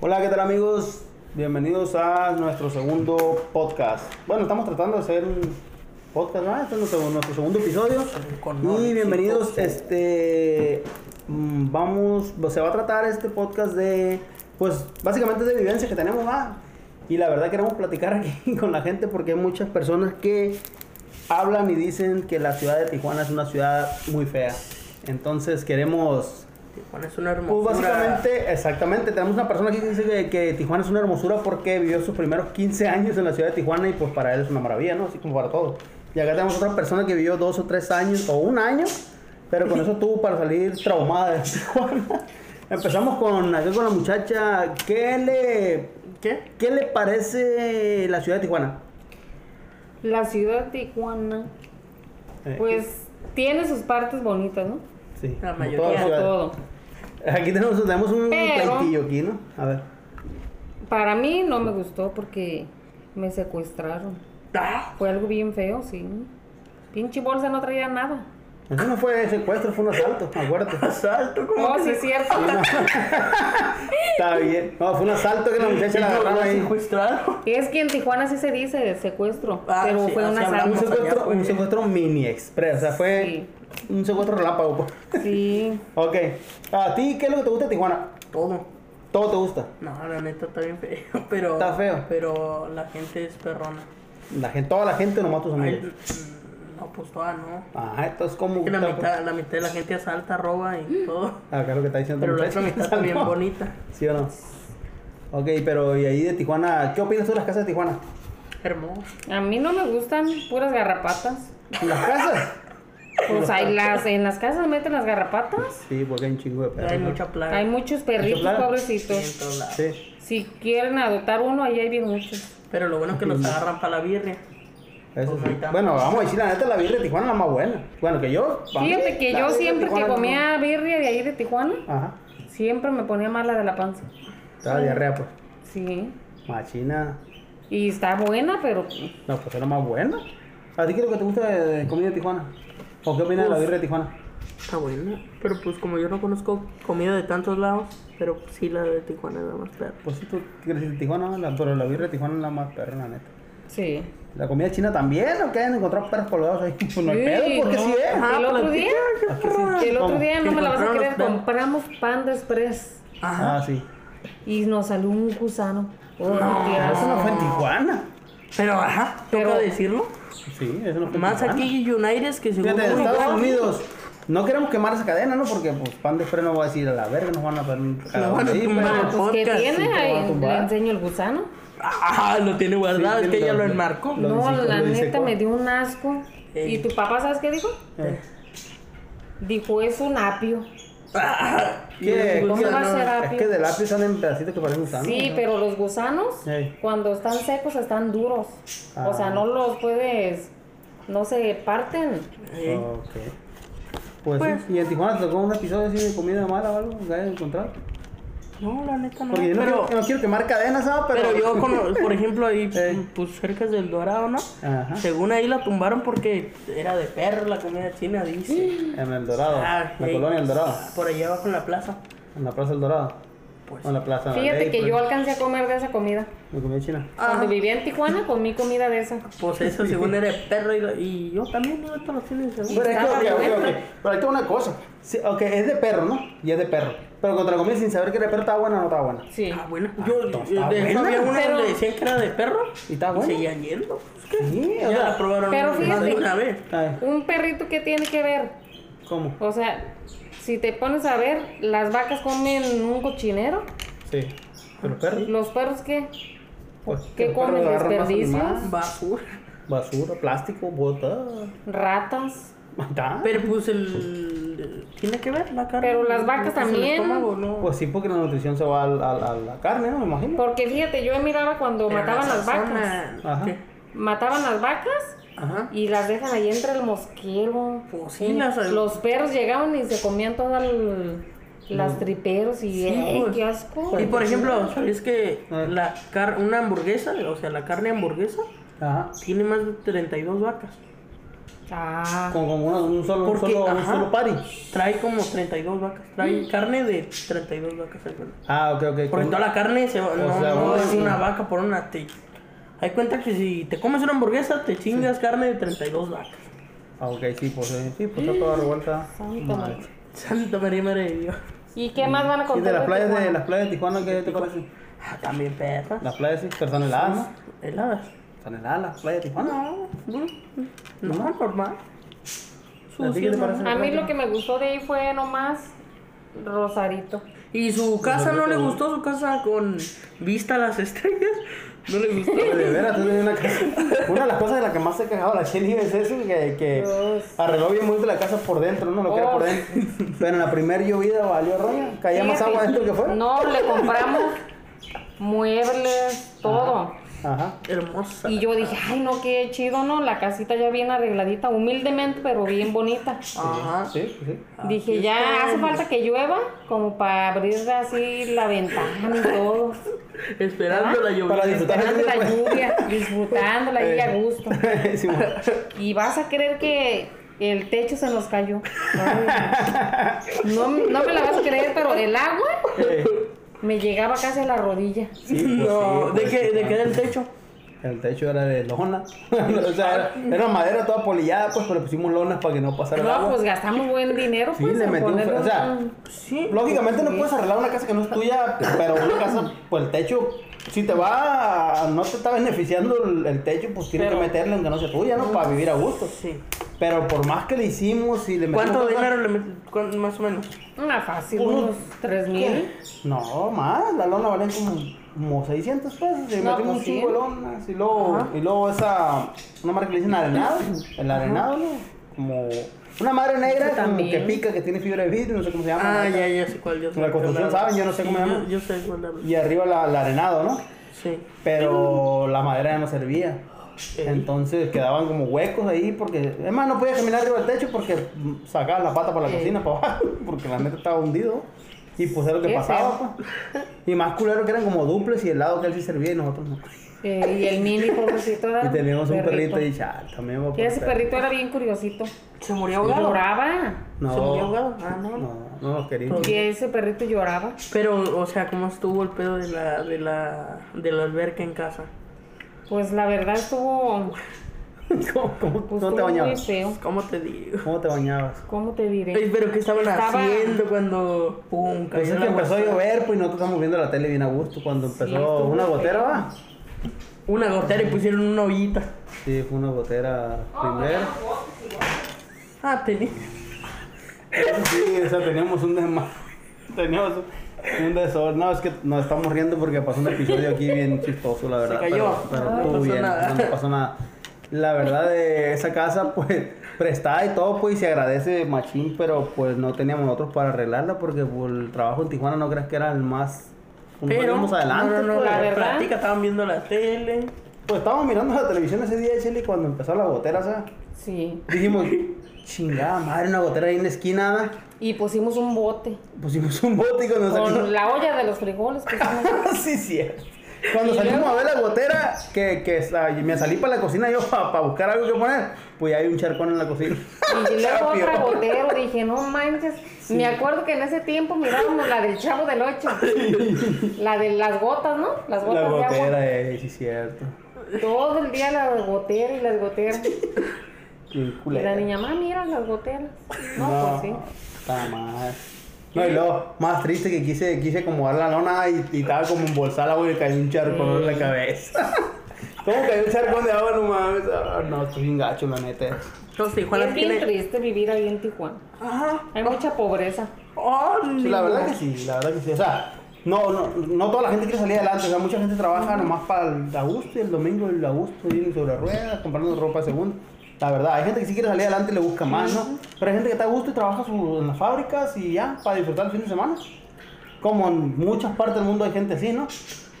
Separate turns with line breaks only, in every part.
Hola, ¿qué tal amigos? Bienvenidos a nuestro segundo podcast. Bueno, estamos tratando de hacer un podcast, ¿no? Este es nuestro, nuestro segundo episodio.
Con
Y
Norte,
bienvenidos,
sí.
este, mm, vamos, se va a tratar este podcast de, pues, básicamente de vivencias que tenemos, ¿va? Y la verdad queremos platicar aquí con la gente porque hay muchas personas que hablan y dicen que la ciudad de Tijuana es una ciudad muy fea. Entonces queremos
Tijuana es una hermosura.
pues básicamente, exactamente, tenemos una persona aquí que dice que, que Tijuana es una hermosura porque vivió sus primeros 15 años en la ciudad de Tijuana y pues para él es una maravilla, ¿no? Así como para todos. Y acá tenemos otra persona que vivió dos o tres años o un año, pero con eso tuvo para salir traumada de Tijuana. Empezamos con acá con la muchacha, ¿qué le,
¿Qué?
qué le parece la ciudad de Tijuana?
La ciudad de Tijuana,
Eh,
pues tiene sus partes bonitas, ¿no?
sí,
la
como
mayoría
todas las
Como
Ciudad.
todo.
ciudades. Aquí tenemos, tenemos un
Pero-
pleitillo aquí, ¿no? A ver.
Para mí no me gustó porque me secuestraron.
Ah,
Fue algo bien feo, sí. Pinche bolsa no traía nada.
Eso no fue secuestro, fue un asalto, acuérdate.
asalto, ¿cómo
Oh,
que
sí,
se-
es cierto.
Está bien. No, fue un asalto que la muchacha la
Sí,
agarraron
¿no?
ahí.
secuestraron?
Es que en Tijuana sí se dice de secuestro,
Ah,
pero
sí,
fue
así
un
Un
hablamos.
asalto.
secuestro,
pues.
un secuestro mini express. O sea, fue un secuestro relámpago. pues.
Sí.
Ok. ¿A ti qué es lo que te gusta de Tijuana?
Todo.
Todo te gusta.
No, la neta está bien feo, pero...
Está feo.
Pero la gente es perrona.
La gente, toda la gente nomás tus
Ay,
amigos.
mm, no, pues toda no.
Ajá, entonces como
Que la mitad,
pues.
la mitad de la gente asalta, roba y todo.
Acá lo que está diciendo
Pero
tu
la
muchacha.
otra mitad está bien bonita.
¿Sí o no? Ok, pero y ahí de Tijuana, ¿qué opinas tú de las casas de Tijuana?
Hermoso.
A mí no me gustan puras garrapatas.
¿Las casas?
Pues hay las, en las casas meten las garrapatas.
Sí, porque hay un chingo de perros.
Hay
¿no?
mucha plaga.
Hay muchos perritos,
Claro.
Sí, en
pobrecitos.
todos lados.
Sí.
Si quieren adoptar uno, ahí hay bien muchos.
Pero lo bueno es que los agarran para la birria.
Eso
Pues
sí.
ahí está.
Bueno, vamos a decir la neta, la birria de Tijuana es la más buena. Bueno, que yo. para mí,
Fíjate que
la
yo
birria de
siempre que
Tijuana no-
comía birria de ahí de Tijuana,
Ajá.
siempre me ponía mala de la panza.
Estaba diarrea, pues.
Sí.
Machina.
Y está buena, pero
No, pues era más buena. ¿A ti qué es lo que te gusta de, de comida de Tijuana? ¿O qué opinas de la
Uf.
birria de Tijuana?
Está buena. Pero pues como yo no conozco comida de tantos lados, pero pues, sí la de Tijuana es la más perra.
Pues sí, tú creciste en Tijuana, la- pero la birria de Tijuana es la más perra, la neta.
sí.
¿La comida china también? ¿O qué? ¿Han encontrado perros colgados ahí? Pues no hay
Sí,
pedo, porque
no.
sí es. Ah,
Ajá. El otro día,
platica, qué perra.
El otro
¿Cómo?
día no me la vas a
Encontraron
creer,
los pan.
compramos pan de express
Ajá.
Ah, sí.
y nos salió un gusano. Oh,
Pero eso no fue
Ah.
en Tijuana.
Pero ajá, toca
Pero-
decirlo.
Sí, eso no fue en
Más
Tijuana.
aquí United que según
Fíjate,
Uy,
Estados
no.
Unidos. No queremos quemar esa cadena, ¿no? Porque pues pan de freno va a decir a la verga, nos van a poner un cagadón
van a
ahí,
tumbar.
pero-
Pues, ¿Qué
podcast,
sí,
tiene?
te va a
Ahí
tumbar.
le enseño el gusano.
Ah, lo tiene guardado,
Sí,
es que
tiene
ella lo
lo-
enmarcó.
Lo
no,
disecó,
la
lo
neta
disecó.
me dio un asco.
Ey.
¿Y tu papá sabes qué dijo?
Eh,
Dijo, es un apio.
¿Qué?
Y un
¿Cómo
va a
gusano.
ser?
Es que de lápiz salen pedacitos que parecen gusanos.
Sí,
¿no?
pero los gusanos
Ey.
cuando están secos están duros. O
Ah.
sea, no los puedes, no se parten.
Eh,
Ok. Pues, sí. ¿Y en Tijuana te tocó un episodio así de comida mala o algo que hayas encontrado?
No, la neta no.
Porque yo no,
pero,
quiero, no quiero quemar cadenas, ¿sabes? Pero,
pero yo, cono- por ejemplo, ahí,
Ey.
pues cerca del Dorado, ¿no?
Eh. Ajá.
Según ahí la tumbaron porque era de perro la comida china, dice.
En El Dorado.
Ah,
la
ey.
colonia El Dorado.
Por allá abajo en la plaza.
En la Plaza El Dorado.
Pues.
O en la Plaza de la
Fíjate
Ley,
que
por
yo
ejemplo.
alcancé a comer de esa comida.
La comida china.
Ah.
Cuando vivía en Tijuana comí comida de esa.
Pues eso, según era de perro y, y yo también iba todos los fines de
Pero
semana.
es que,
Estaba
ok, ok,
bueno.
ok. Pero ahí tengo una cosa. Sí, ok, es de perro, ¿no? Y es de perro. Pero contra la comida sin saber que era de perro estaba buena o no estaba buena.
Sí.
Ah, bueno. Yo,
está
yo- de hecho,
buena.
había una
Pero-
donde decían que era de perro.
¿Y está
Y
buena?
seguían yendo. Pues, ¿qué?
Sí, o
Ya la
sea.
probaron
Pero
más de
fíjate.
una vez.
ay,
Un perrito que tiene que ver.
¿Cómo?
O sea, si te pones a ver, las vacas comen un cochinero.
Sí. Pero perro.
Los perros qué?
Pues,
¿Qué
el perro
comen?
agarra más
¿Desperdicios?
animal,
Basura.
Basura, plástico, botas.
Ratas.
¿Está?
Pero pues el. Tiene que ver la carne.
Pero las vacas
Pues, el
también.
estómago, no.
Pues sí, porque la nutrición se va al- al- a la carne, ¿no? Me imagino.
Porque fíjate, yo miraba cuando
Pero
mataban
la
las vacas.
sazonan.
Ajá.
¿Qué?
Mataban las vacas
Ajá.
y las dejan ahí entre el mosquero.
Pues sí,
Y
las-
Los perros llegaban y se comían todas el- las triperos y ¡ay,
pues.
qué asco.
Y por ejemplo, ¿sabes que
Ah.
la car una hamburguesa, o sea, la carne hamburguesa,
Ajá.
tiene más de 32 vacas?
Ah.
Con, con una- un solo, un
Porque,
solo, un
ajá.
solo party.
Trae como 32 vacas. Trae
Mm.
carne de 32 vacas. al menos.
Ah, ok, ok.
Porque
con-
toda la carne se va- no,
sea,
no
una-
es una vaca por una. Te, hay cuenta que si te comes una hamburguesa, te chingas carne de 32 vacas.
Ah, ok, sí, pues sí, sí, pues está toda revuelta.
Santa
Madre.
madre.
Santa María, Madre de Dios.
¿Y qué más van a
Y
contar?
de las playas de,
Tijuana?
las playas de Tijuana, ¿qué te parece?
Ah, también perra. Ah,
Las playas sí, pero están heladas, ¿no?
Heladas.
Están heladas las playas de Tijuana.
No, no, no, normal.
¿A ti qué te parece?
A mí lo que me gustó de ahí fue nomás Rosarito.
Y su casa no le gustó, su casa con vista a las estrellas. No le gustó.
De veras, tú tenías una casa. Una de las cosas de las que más se quejaba la Shelly es eso, que, que
Dios.
arregló bien bonito la casa por dentro, no lo que era por
Oh.
dentro. Pero en la primera llovida valió roya, caía más
Fíjate,
agua dentro que fuera.
No, le compramos
Ah,
muebles, todo.
Ajá.
Hermosa.
Y yo
ah.
dije, ay, no, qué chido, ¿no? La casita ya bien arregladita, humildemente, pero bien bonita.
Ajá.
Sí, sí.
Dije, ya hace falta que llueva como para abrir así la ventana y todo.
Esperando la lluvia.
¿Ah? Para disfrutar
Esperando
el
la
día,
lluvia, disfrutándola ahí a gusto.
pues. Sí, bueno.
Y vas a creer que el techo se nos cayó. No, no me la vas a creer, pero el agua
Eh,
me llegaba casi a la rodilla.
sí, pues, sí,
No, ¿de
pues,
qué,
sí,
de qué
claro.
del techo?
El techo era de lona. o sea, era, era madera toda polillada, pues, pero le pusimos lonas para que no pasara el
No,
agua.
pues gastamos buen dinero,
Sí,
pues,
le
en
metimos-
ponerle
o sea,
un-
Sí.
Lógicamente no puedes arreglar una casa que no es tuya, pero una casa, pues el techo, si te va, a- no te está beneficiando el, el techo, pues tienes
Pero-
que meterle aunque no sea tuya, ¿no? Para vivir a gusto.
Pues Sí.
Pero por más que le hicimos y le metimos...
¿Cuánto
cosas-
dinero le met- cuán- más o menos?
una fácil,
Uno.
unos tres mil.
No, más, la lona valía como, como 600 pesos, y le
No,
metimos
pues,
un chingo
sí.
de lonas, y luego,
Ajá.
y luego esa, una marca que le dicen arenado, el arenado, ¿no? Como una madre negra
Ese
como que
también.
pica, que tiene fibra de vidrio, no sé cómo se llama.
Ah,
¿no?
ya, ya sé cuál. Yo sé
La
cuál
construcción,
habla.
¿saben? Yo no sé cómo
Sí,
llama.
Yo, yo sé cuál habla.
Y arriba la, la arenado, ¿no?
Sí.
pero la madera ya no servía. Entonces quedaban como huecos ahí porque, es más, no podía caminar arriba del techo porque mm, sacabas la pata para la
Ey.
cocina, para abajo, porque la neta estaba hundido. Y pues era lo que
Qué
pasaba, pues. Y más culero que eran como duples y el lado que él sí servía y nosotros no.
Eh, y el mini pobrecito era
Y teníamos un perrito y chal, también voy a
Y
poner
ese
perro.
Ah, perrito era bien curiosito.
¿Se murió ahogado?
Lloraba.
¿Se murió ahogado?
No,
Ah, no.
no, no nos queríamos.
Y ese perrito lloraba.
Pero, o sea, ¿cómo estuvo el pedo de la, de la, de la alberca en casa?
Pues la verdad estuvo.
¿Cómo, cómo, cómo
pues,
te
estuvo muy
bañabas?
feo.
¿Cómo te digo?
¿Cómo te bañabas?
¿Cómo te
Ey,
diré?
pero ¿qué estaban
Estaba-
haciendo cuando pum,
Pues
cayó
es
el
que
agua?
empezó a llover, pues y nosotros estamos viendo la tele bien a gusto cuando empezó
estuvo
una
feo.
gotera, ¿va?
Una gotera y pusieron una ollita.
Sí, fue una gotera primera.
Ah, tenía.
Sí, o sea, teníamos un desma... Teníamos un desorden. No, es que nos estamos riendo porque pasó un episodio aquí bien chistoso, la verdad.
cayó. Ah,
Pero, pero
No
estuvo
pasó
bien,
nada.
no, no pasó nada. La verdad de esa casa, pues, prestada y todo, pues, y se agradece machín, pero pues no teníamos nosotros para arreglarla porque por el trabajo en Tijuana no crees que era el más... no
Pero.
íbamos adelante.
no, no, no,
pues, la
la
verdad.
plática, estaban viendo la tele.
Pues estábamos mirando la televisión ese día, Chile, cuando empezó la gotera, o sea,
Sí.
dijimos, chingada madre, una gotera ahí en la esquina, Ana".
Y pusimos un bote.
pusimos un bote y cuando salimos-
Con la olla de los frijoles pues, pusimos.
sí, cierto. Cuando
Y
salimos
luego-
a ver la gotera, que, que sa- me salí para la cocina yo para buscar algo que poner, pues ya hay un charcón en la cocina.
Y luego
Chapio.
otra gotero, dije, no manches. Me acuerdo que en ese tiempo mirábamos la del Chavo del Ocho. La de las gotas, ¿no? Las gotas
La
de agua.
gotera, eh, sí, cierto.
Todo el día la gotera y las goteras.
Bien
Y la
culera.
niña, mamá, mira las goteras. No, pues sí.
Está mal. No, y luego, más triste que quise, quise acomodar la lona y, y estaba como embolsada la agua y cayó un charcón
Mm.
en la cabeza. ¿Cómo cayó un charcón de agua? No mames. Ah, No, estoy bien gacho, la neta.
Entonces,
Es
Tijuana
bien
tiene.
triste vivir ahí en Tijuana.
Ajá.
Hay mucha pobreza.
Oh,
Sí, la verdad que sí, la verdad que sí. O sea, no, no, no toda la gente quiere salir adelante. O sea, mucha gente trabaja nomás para el agosto y el domingo el agosto vienen sobre ruedas comprando ropa de segundo. La verdad, hay gente que sí quiere salir adelante y le busca más, ¿no? Pero hay gente que está a gusto y trabaja su- en las fábricas y ya, para disfrutar el fin de semana. Como en muchas partes del mundo hay gente así, ¿no?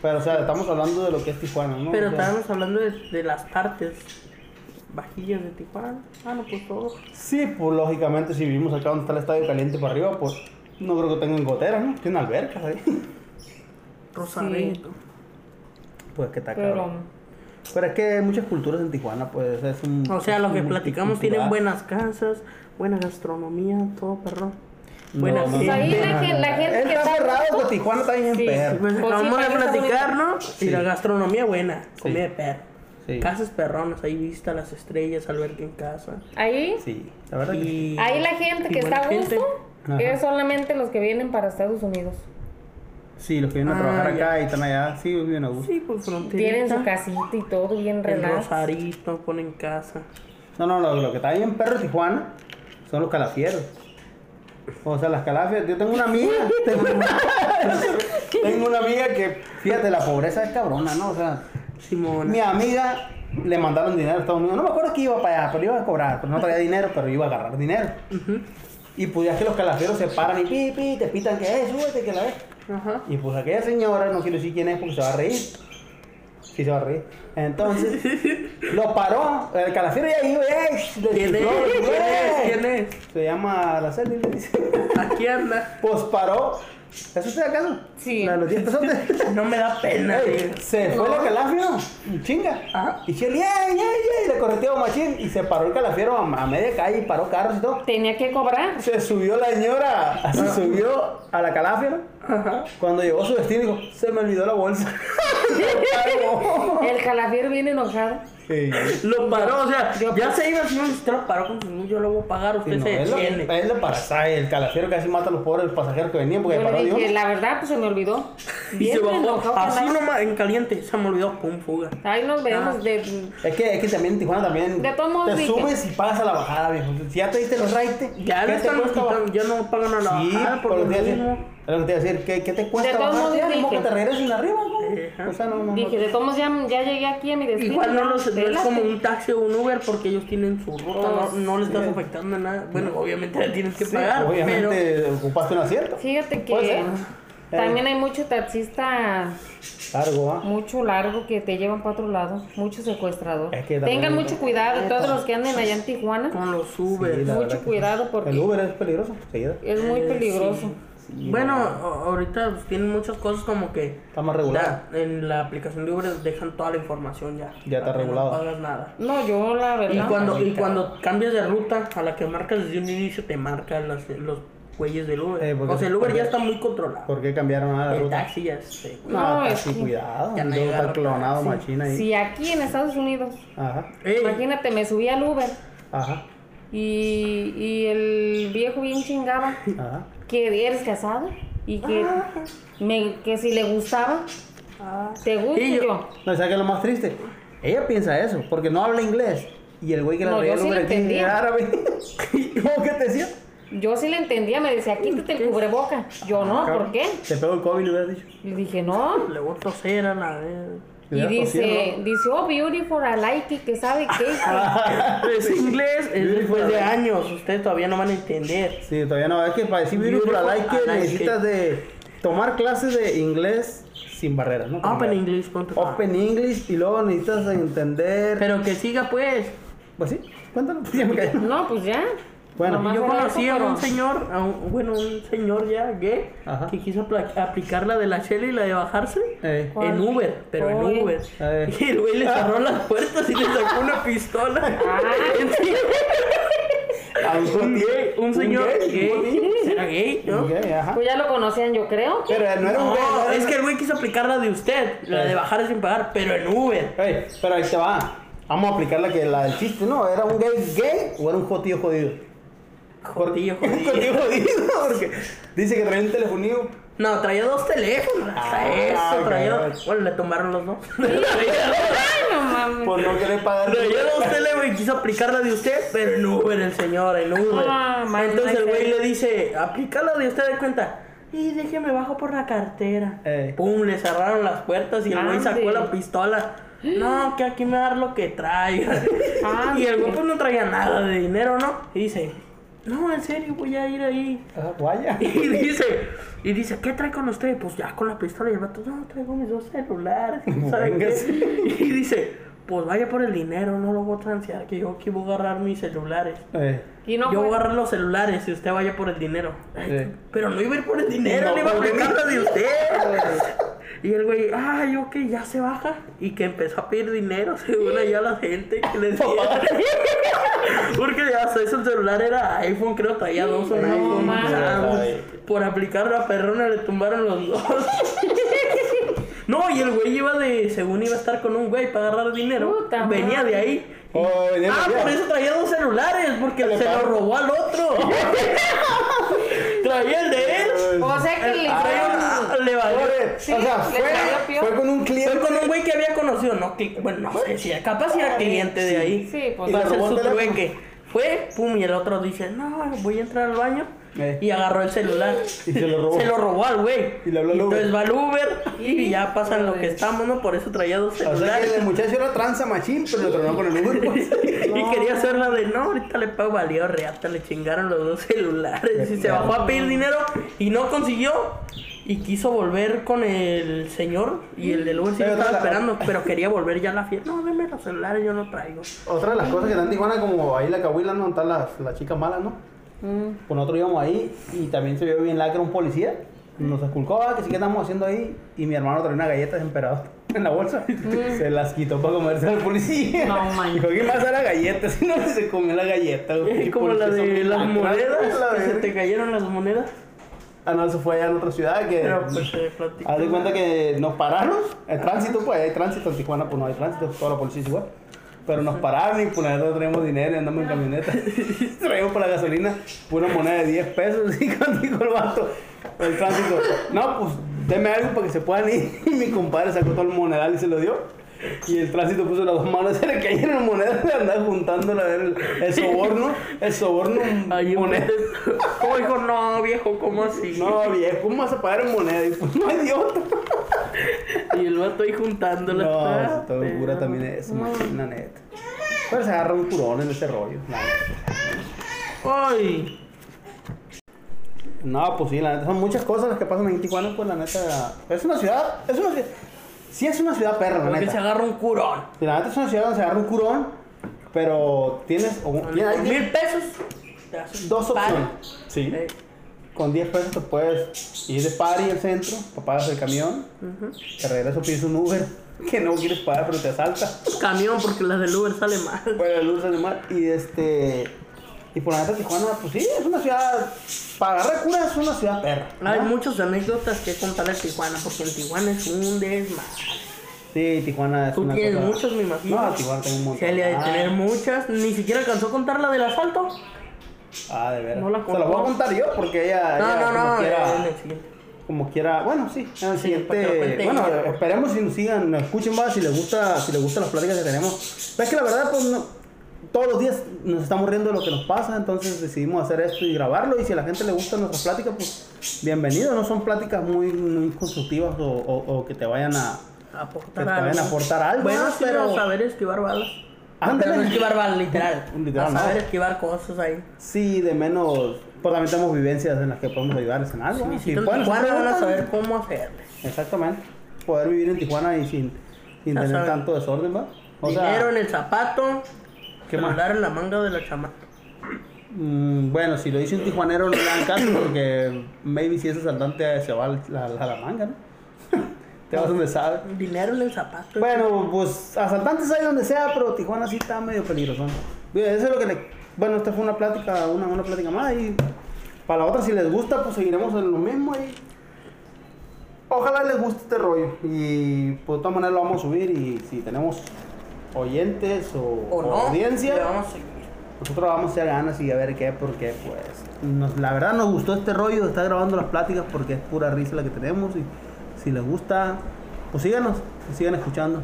Pero, o sea, estamos hablando de lo que es Tijuana, ¿no?
Pero
O sea,
estábamos hablando de, de las partes bajillas de Tijuana. Ah, no, pues todo.
Sí, pues lógicamente si vivimos acá donde está el estadio caliente para arriba, pues no creo que tengan goteras, ¿no? Tienen albercas ahí.
Rosarito.
Pues que está
Pero
cabrón. Pero es que hay muchas culturas en Tijuana, pues es un...
O sea, lo
es
que
un
platicamos tienen
multicultural.
buenas casas, buena gastronomía, todo perro.
No,
Buena
no, no,
gente.
no,
Ahí la
no,
gen-
no,
la
no.
gente que
Está
está
cerrado,
roto.
pues Tijuana está bien
Sí,
perro.
Pues
Pues sí,
acabamos de
también está
platicar, ¿no?
Sí.
Y la gastronomía buena, comida
Sí.
de perro.
Sí.
Casas perronas, ahí vista las estrellas, albergue en casa.
Ahí,
Sí, la verdad que sí.
Y
ahí la gente
y
que
buena
está a
gente.
gusto
Ajá.
es solamente los que vienen para Estados Unidos.
Sí, los que vienen a
Ah,
trabajar
ya.
acá y están allá, sí, bien a gusto.
Sí, pues fronterita.
Tienen su casita y todo bien
El
relax.
rosarito, ponen casa.
No, no, lo, lo que está ahí en Perro Tijuana son los calafieros. O sea, las calafias. Yo tengo una amiga. Tengo una, tengo una amiga que, fíjate, la pobreza es cabrona, ¿no? O sea,
Simona.
mi amiga le mandaron dinero a Estados Unidos. No me acuerdo que iba para allá, pero iba a cobrar. Pero no traía dinero, pero iba a agarrar dinero. Y pues ya que los calafieros se paran y pi, pi, te pitan que, eh, súbete, que la ves.
Ajá.
Y pues aquella señora, no quiero decir quién es porque se va a reír. Sí, se va a reír. Entonces, lo paró. El calafiero ya iba. ¡ey! Le
¿Quién es?
chifló,
¿Quién es?
¡ey!
¿Quién es?
Se llama Araceli. le dice.
Aquí anda.
Pues paró. ¿Es usted acaso?
Sí.
La de los 10 pesos.
No me da pena,
Ey,
tío.
Eh, se fue el calafiero, chinga.
Ajá.
Y Shelly, ¡ey, ey, ey! Le correteó machín y se paró el calafiero a, a media calle y paró carros y todo.
Tenía que cobrar.
Se subió la señora, se subió a la calafia. Cuando llegó a su destino, dijo: Se me olvidó la bolsa. No cargo.
El calafiero viene enojado.
Sí.
Lo paró, o sea,
Yo-
ya se iba el señor y usted lo paró con su yo lo voy a pagar,
pues- Sí,
usted
no,
se
es lo-
detiene.
es lo para- el calafiero casi mata a los pobres pasajeros que venían porque
Yo
paró
le
de
dije,
uno.
la verdad, pues se me olvidó.
Y
Bien
se bajó
enojado,
así
calafiero.
nomás en caliente, se me olvidó, pum, fuga.
Ahí nos
Ah.
vemos de...
Es que, es que también en Tijuana también
De todos modos
te
dije-
subes y pagas a la bajada, viejo. Si ya te diste los raite,
Ya
¿qué
le
te
están
cuesta
quitando, ya no pagan a la
bajar? Sí,
bajada
por eh. lo que te iba a decir.
mismo.
Es lo que te iba a decir. ¿Qué, qué te cuesta
De todos
bajar?
modos
Ya, ni modo que
dije-
te regresen arriba, ¿no?
Ajá.
O sea, no, no, no.
Dije, de todos ya, ya llegué aquí a mi destino.
Igual no, los, no es
Vela.
como un taxi o un Uber porque ellos tienen su ruta, no, no le estás
Sí.
afectando nada. Bueno, obviamente le tienes que
Sí,
pagar, pero
obviamente ocupaste un asiento.
Fíjate
Pues,
Puede
eh,
que
ser.
también hay mucho taxista
Largo, ¿ah?
mucho largo que te llevan para otro lado, mucho secuestrador.
Es que también-
Tengan mucho cuidado, todos los que anden allá en Tijuana,
con los
Sí,
Uber.
la
mucho
verdad que
cuidado
sí.
porque-
El Uber es peligroso, seguida.
es muy
Eh,
peligroso.
Sí,
bueno,
la-
a- ahorita pues, tienen muchas cosas como que
Está más regulado.
da- en la aplicación de Uber dejan toda la información ya.
Ya está
Para que
regulado.
No pagas nada.
No, yo la
Y
verdad.
cuando, y cuando cambias de ruta a la que marcas desde un inicio, te marcan las- los güeyes del Uber.
Eh, porque-
o sea, el Uber ya está muy controlado.
¿Por qué cambiaron a la
El
ruta?
taxi ya eh, se.
No,
No,
está
es
sí,
que-
cuidado.
Ya
Luego
no
está
llegaron.
el clonado
Ah, pues, Sí.
machina ahí.
Si aquí en Estados Unidos,
Ajá,
Ey,
imagínate, me subí al Uber
ajá,
y, y el viejo bien chingaba
ajá.
que eres casado y que, me, que si le gustaba, te gusta
Y
y
Ah. yo-
yo.
No, ¿sabes qué es lo más triste? Ella piensa eso, porque no habla inglés. Y el güey que la
No,
traía
yo
el
sí
Uber
le
aquí
entendía.
era árabe. ¿Cómo que te decía?
Yo sí le entendía, me decía, quítate el cubreboca. Yo no, ¿por qué?
Te pego el COVID, le hubieras dicho.
Le dije, no,
le voy a toser a la vez.
Le
Y
hubieras
dice,
tosido,
dice, oh, beautiful, I like it, que sabe qué.
Es inglés, es
Beautiful
después de
Alaska.
años. Ustedes todavía no van a entender.
Sí, todavía no. Es que para decir beautiful, I
Beautiful,
like
I
it,
like
necesitas
it.
de tomar clases de inglés sin barreras, ¿no? Como
Open
que-
English. punto com.
Open English y luego necesitas entender.
Pero que siga, pues.
Pues sí, cuéntalo. Ya me callé.
No, pues ya.
Bueno,
Nomás
Yo
era
conocí
eso,
a un
pero-
señor, a un- bueno, un señor ya gay,
Ajá. Eh.
que quiso apla- aplicar la de la Shelly y la de bajarse
Ey.
en
¿Cuál?
Uber, pero
Oye.
en Uber.
Ey.
Y el güey le cerró las puertas y le sacó una pistola.
A un
un
gay,
gay, un señor
gay, un
gay. Era gay, ¿no?
Un gay, ajá.
Pues ya lo conocían, yo creo.
Pero no era un
No,
gay. Eh. no era-
es que el güey quiso aplicar la de usted, la de bajar sin pagar, pero en Uber.
Ey, pero ahí te va. Vamos a aplicar la, que, la del chiste, ¿no? ¿Era un gay gay o era un jotillo jodido?
Jodillo,
Un
jodillo.
jotillo jodido, porque dice que traía un telefonillo.
No, traía dos teléfonos. Hasta
Ah,
eso, traía.
cabrón.
Bueno, le tomaron los dos.
Ay, no mames.
Por no querer pagar.
traía dos teléfonos y quiso aplicar la de usted, pero en Uber, el señor, en Uber.
Ah, man,
Entonces el
no hay
güey
que-
le dice, aplica la de usted de cuenta. Y déjeme bajo por la cartera.
Ey.
Pum, le cerraron las puertas y el güey sacó
Ande.
la pistola. No, que aquí me va a dar lo que traiga. y el
Ande.
güey pues no traía nada de dinero, ¿no? Y dice, no, en serio, voy a ir ahí.
Ah, guaya.
Y dice, y dice, ¿qué trae con usted? Pues ya con la pistola y el vato, no, traigo mis dos celulares. ¿sabe qué?".
Véngase.
Y dice, pues vaya por el dinero, no lo voy a transear, que yo aquí voy a agarrar mis celulares.
Ey.
Y no pues.
yo voy a
fue.
agarrar los celulares y usted vaya por el dinero.
Sí.
Pero no iba a ir por el dinero,
No,
le iba a
porque-
aplicar la de usted. Y el güey, ay, ok, ya se baja. Y que empezó a pedir dinero, según allá la gente que le diera. Porque hasta eso el celular era iPhone, creo, traía dos o un
No
iPhone.
mames.
Nada, Por aplicar la perrona le tumbaron los dos. No, y el güey iba de, según iba a estar con un güey para agarrar dinero,
Puta
venía
madre.
de ahí.
Oh, venía de
ah,
allá.
por eso traía dos celulares, porque
Le
se lo
pagó.
robó al otro. traía el de él.
O sea que le hicieron.
Ah, le valió.
Pobre.
Sí,
o sea,
le salió
fue,
peor.
fue con un cliente.
Fue con un güey que había conocido, ¿no? Que, bueno, no sé si capaz si era cliente de ahí.
Sí, pues.
Y
Va a
le
ser
robó
su
el teléfono.
trueque. Fue, pum, y el otro dice, no, voy a entrar al baño.
Eh.
Y agarró el celular.
Y se lo robó.
Se lo robó al güey.
Y le habló al Uber.
Entonces va al Uber y ya pasan lo que estamos, ¿no? Por eso traía dos
O sea
celulares.
que el muchacho era tranza machín, pero lo tronó con el Uber. pues.
Y quería hacer la de no, ahorita le pago valió reata, le chingaron los dos celulares y se
Ya.
bajó a pedir dinero y no consiguió. Y quiso volver con el señor y el del Uber sí lo
Pero
estaba
te la-
esperando, pero quería volver ya a la fiesta. No, deme los celulares, yo no traigo.
Otra de las cosas que dan en Tijuana, como ahí la Cahuila, ¿no? Están las, las chicas malas, ¿no?
Mm.
Pues nosotros íbamos ahí y también se vio bien lacra un policía. Nos esculcó, ah, que sí que estamos haciendo ahí. Y mi hermano traía una galleta de emperador en la bolsa.
Mm.
Se las quitó para comerse al policía.
No, man.
Dijo, ¿quién más a la galleta? Si no, se comió la galleta. güey.
Es como la
Policías son
de
bien
las
lacras,
monedas,
la
que se
verga.
te cayeron las monedas.
Ah, no, eso fue allá en otra ciudad que...
Pero pues se platicó.
Haz de cuenta que nos pararon, el tránsito, pues hay tránsito en Tijuana, pues no hay tránsito, toda la policía es igual. Pero nos pararon y pues la neta no teníamos dinero y andamos en camioneta. Traíamos para la gasolina una moneda de 10 pesos y cuando dijo el vato, el tránsito, no, pues deme algo para que se puedan ir. Y mi compadre sacó todo el monedal y se lo dio. Y el tránsito puso las dos manos, se le cayeron monedas y andaba juntando la ver el soborno, el soborno
Ahí un
moneda.
¿Cómo dijo? No, viejo, ¿cómo así?
No, viejo, ¿cómo vas a pagar en moneda? Y pues no, idiota.
Y el vato ahí juntándolas.
No,
Ah,
eso está
pero-
locura también es eso, machín, la neta. Pero se agarra un curón en ese rollo. la neta.
Ay.
No, pues sí, la neta. Son muchas cosas las que pasan en Tijuana, pues la neta. Es una ciudad, es una ciudad. Sí, es una ciudad perra, la
Porque se
neta.
agarra un curón.
Y la neta es una ciudad donde se agarra un curón, pero tienes. o-
Con
tienes- hay
mil pesos. te das un
dos
paro.
opciones. Sí.
Eh,
Con 10 pesos te puedes ir de party al centro, pagas el camión, te regresas o pides un Uber que no quieres pagar, pero te asalta.
Camión, porque las del Uber sale mal.
Bueno, luces de mar. Y este. Y por la neta, Tijuana, pues sí, es una ciudad. Para agarrar cura es una ciudad perra. ¿no?
Hay muchas anécdotas que contar de Tijuana, porque en Tijuana es un desmadre.
Sí, Tijuana es
Tú
una
tienes
cosa-
muchas, me imagino.
No, Tijuana tengo un montón.
Se le ha de
Ah,
tener muchas. Ni siquiera alcanzó a contar la del asfalto.
Ah, de veras.
No la
Se la voy a
conozco.
contar yo porque ella.
No,
ella Ah,
no,
como
no. eh,
quiera-
en el siguiente.
como quiera, bueno, sí, en el
Sí, para que lo
siguiente,
cuente
bueno,
ella.
esperemos si nos sigan, nos escuchen más, si les gusta, si les gustan las pláticas que tenemos. Pero es que la verdad, pues, no- todos los días nos estamos riendo de lo que nos pasa, entonces decidimos hacer esto y grabarlo, y si a la gente le gustan nuestras pláticas, pues, bienvenido, no son pláticas muy, muy constructivas o, o- o que te vayan a...
Aportar
Que te
algo.
vayan a aportar algo,
Bueno,
¿no?
sí,
Pero-
pero saber esquivar balas.
Ándale.
Ah, Pero no esquivar balas, literal.
Literal,
A
no.
saber esquivar cosas ahí.
Sí, de menos, pues también tenemos vivencias en las que podemos ayudarles en algo. ¿no?
Y
Si
si en
pueden,
Tijuana van a
preguntan,
saber cómo hacerle.
Exactamente, poder vivir en Tijuana y sin, sin
Ya
tener
saben.
tanto desorden, ¿va? O sea,
Dinero en el zapato.
¿Qué
Que
más?
mandaron la manga de la chamaca.
Mm, bueno, si lo dice un tijuanero no le dan caso porque maybe si es asaltante se va a la, la, la manga, ¿no? Te vas donde sabe.
Dinero en el zapato.
Bueno, pues asaltantes hay donde sea, pero Tijuana sí está medio peligroso. Eso es lo que le... Bueno, esta fue una plática, una, una plática más y para la otra si les gusta, pues seguiremos en lo mismo y... Ojalá les guste este rollo y pues, de todas maneras lo vamos a subir y si tenemos oyentes o,
o no.
audiencia...
le vamos a seguir.
Nosotros vamos a hacer ganas y a ver qué, porque pues nos- la verdad nos gustó este rollo de estar grabando las pláticas porque es pura risa la que tenemos y si les gusta, pues síganos, que sigan escuchando.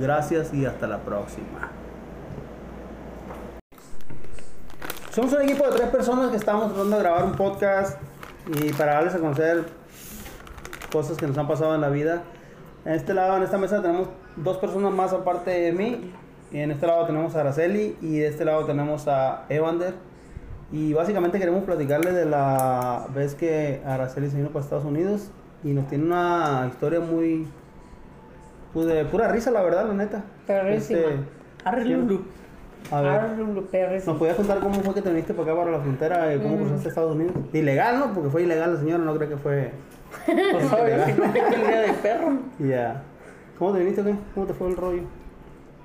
Gracias y hasta la próxima. Somos un equipo de tres personas que estamos tratando de grabar un podcast y para darles a conocer cosas que nos han pasado en la vida. En este lado, en esta mesa, tenemos dos personas más aparte de mí. Y en este lado tenemos a Araceli y de este lado tenemos a Evander. Y básicamente queremos platicarles de la vez que Araceli se vino para Estados Unidos y nos tiene una historia muy... Pues de pura risa, la verdad, la neta.
Perrísima.
Arre,
Sí.
Lulu.
a ver. ¿Nos
Perrísimo.
podías contar cómo eh, Mm. fue que te viniste para acá, para la frontera, y cómo cruzaste Estados Unidos? Ilegal, ¿no? Porque fue ilegal la señora, no creo que fue Pues,
Ay,
¿verdad?
si no tengo el día de perro.
Ya. ¿Cómo te viniste o qué? ¿Cómo te fue el rollo?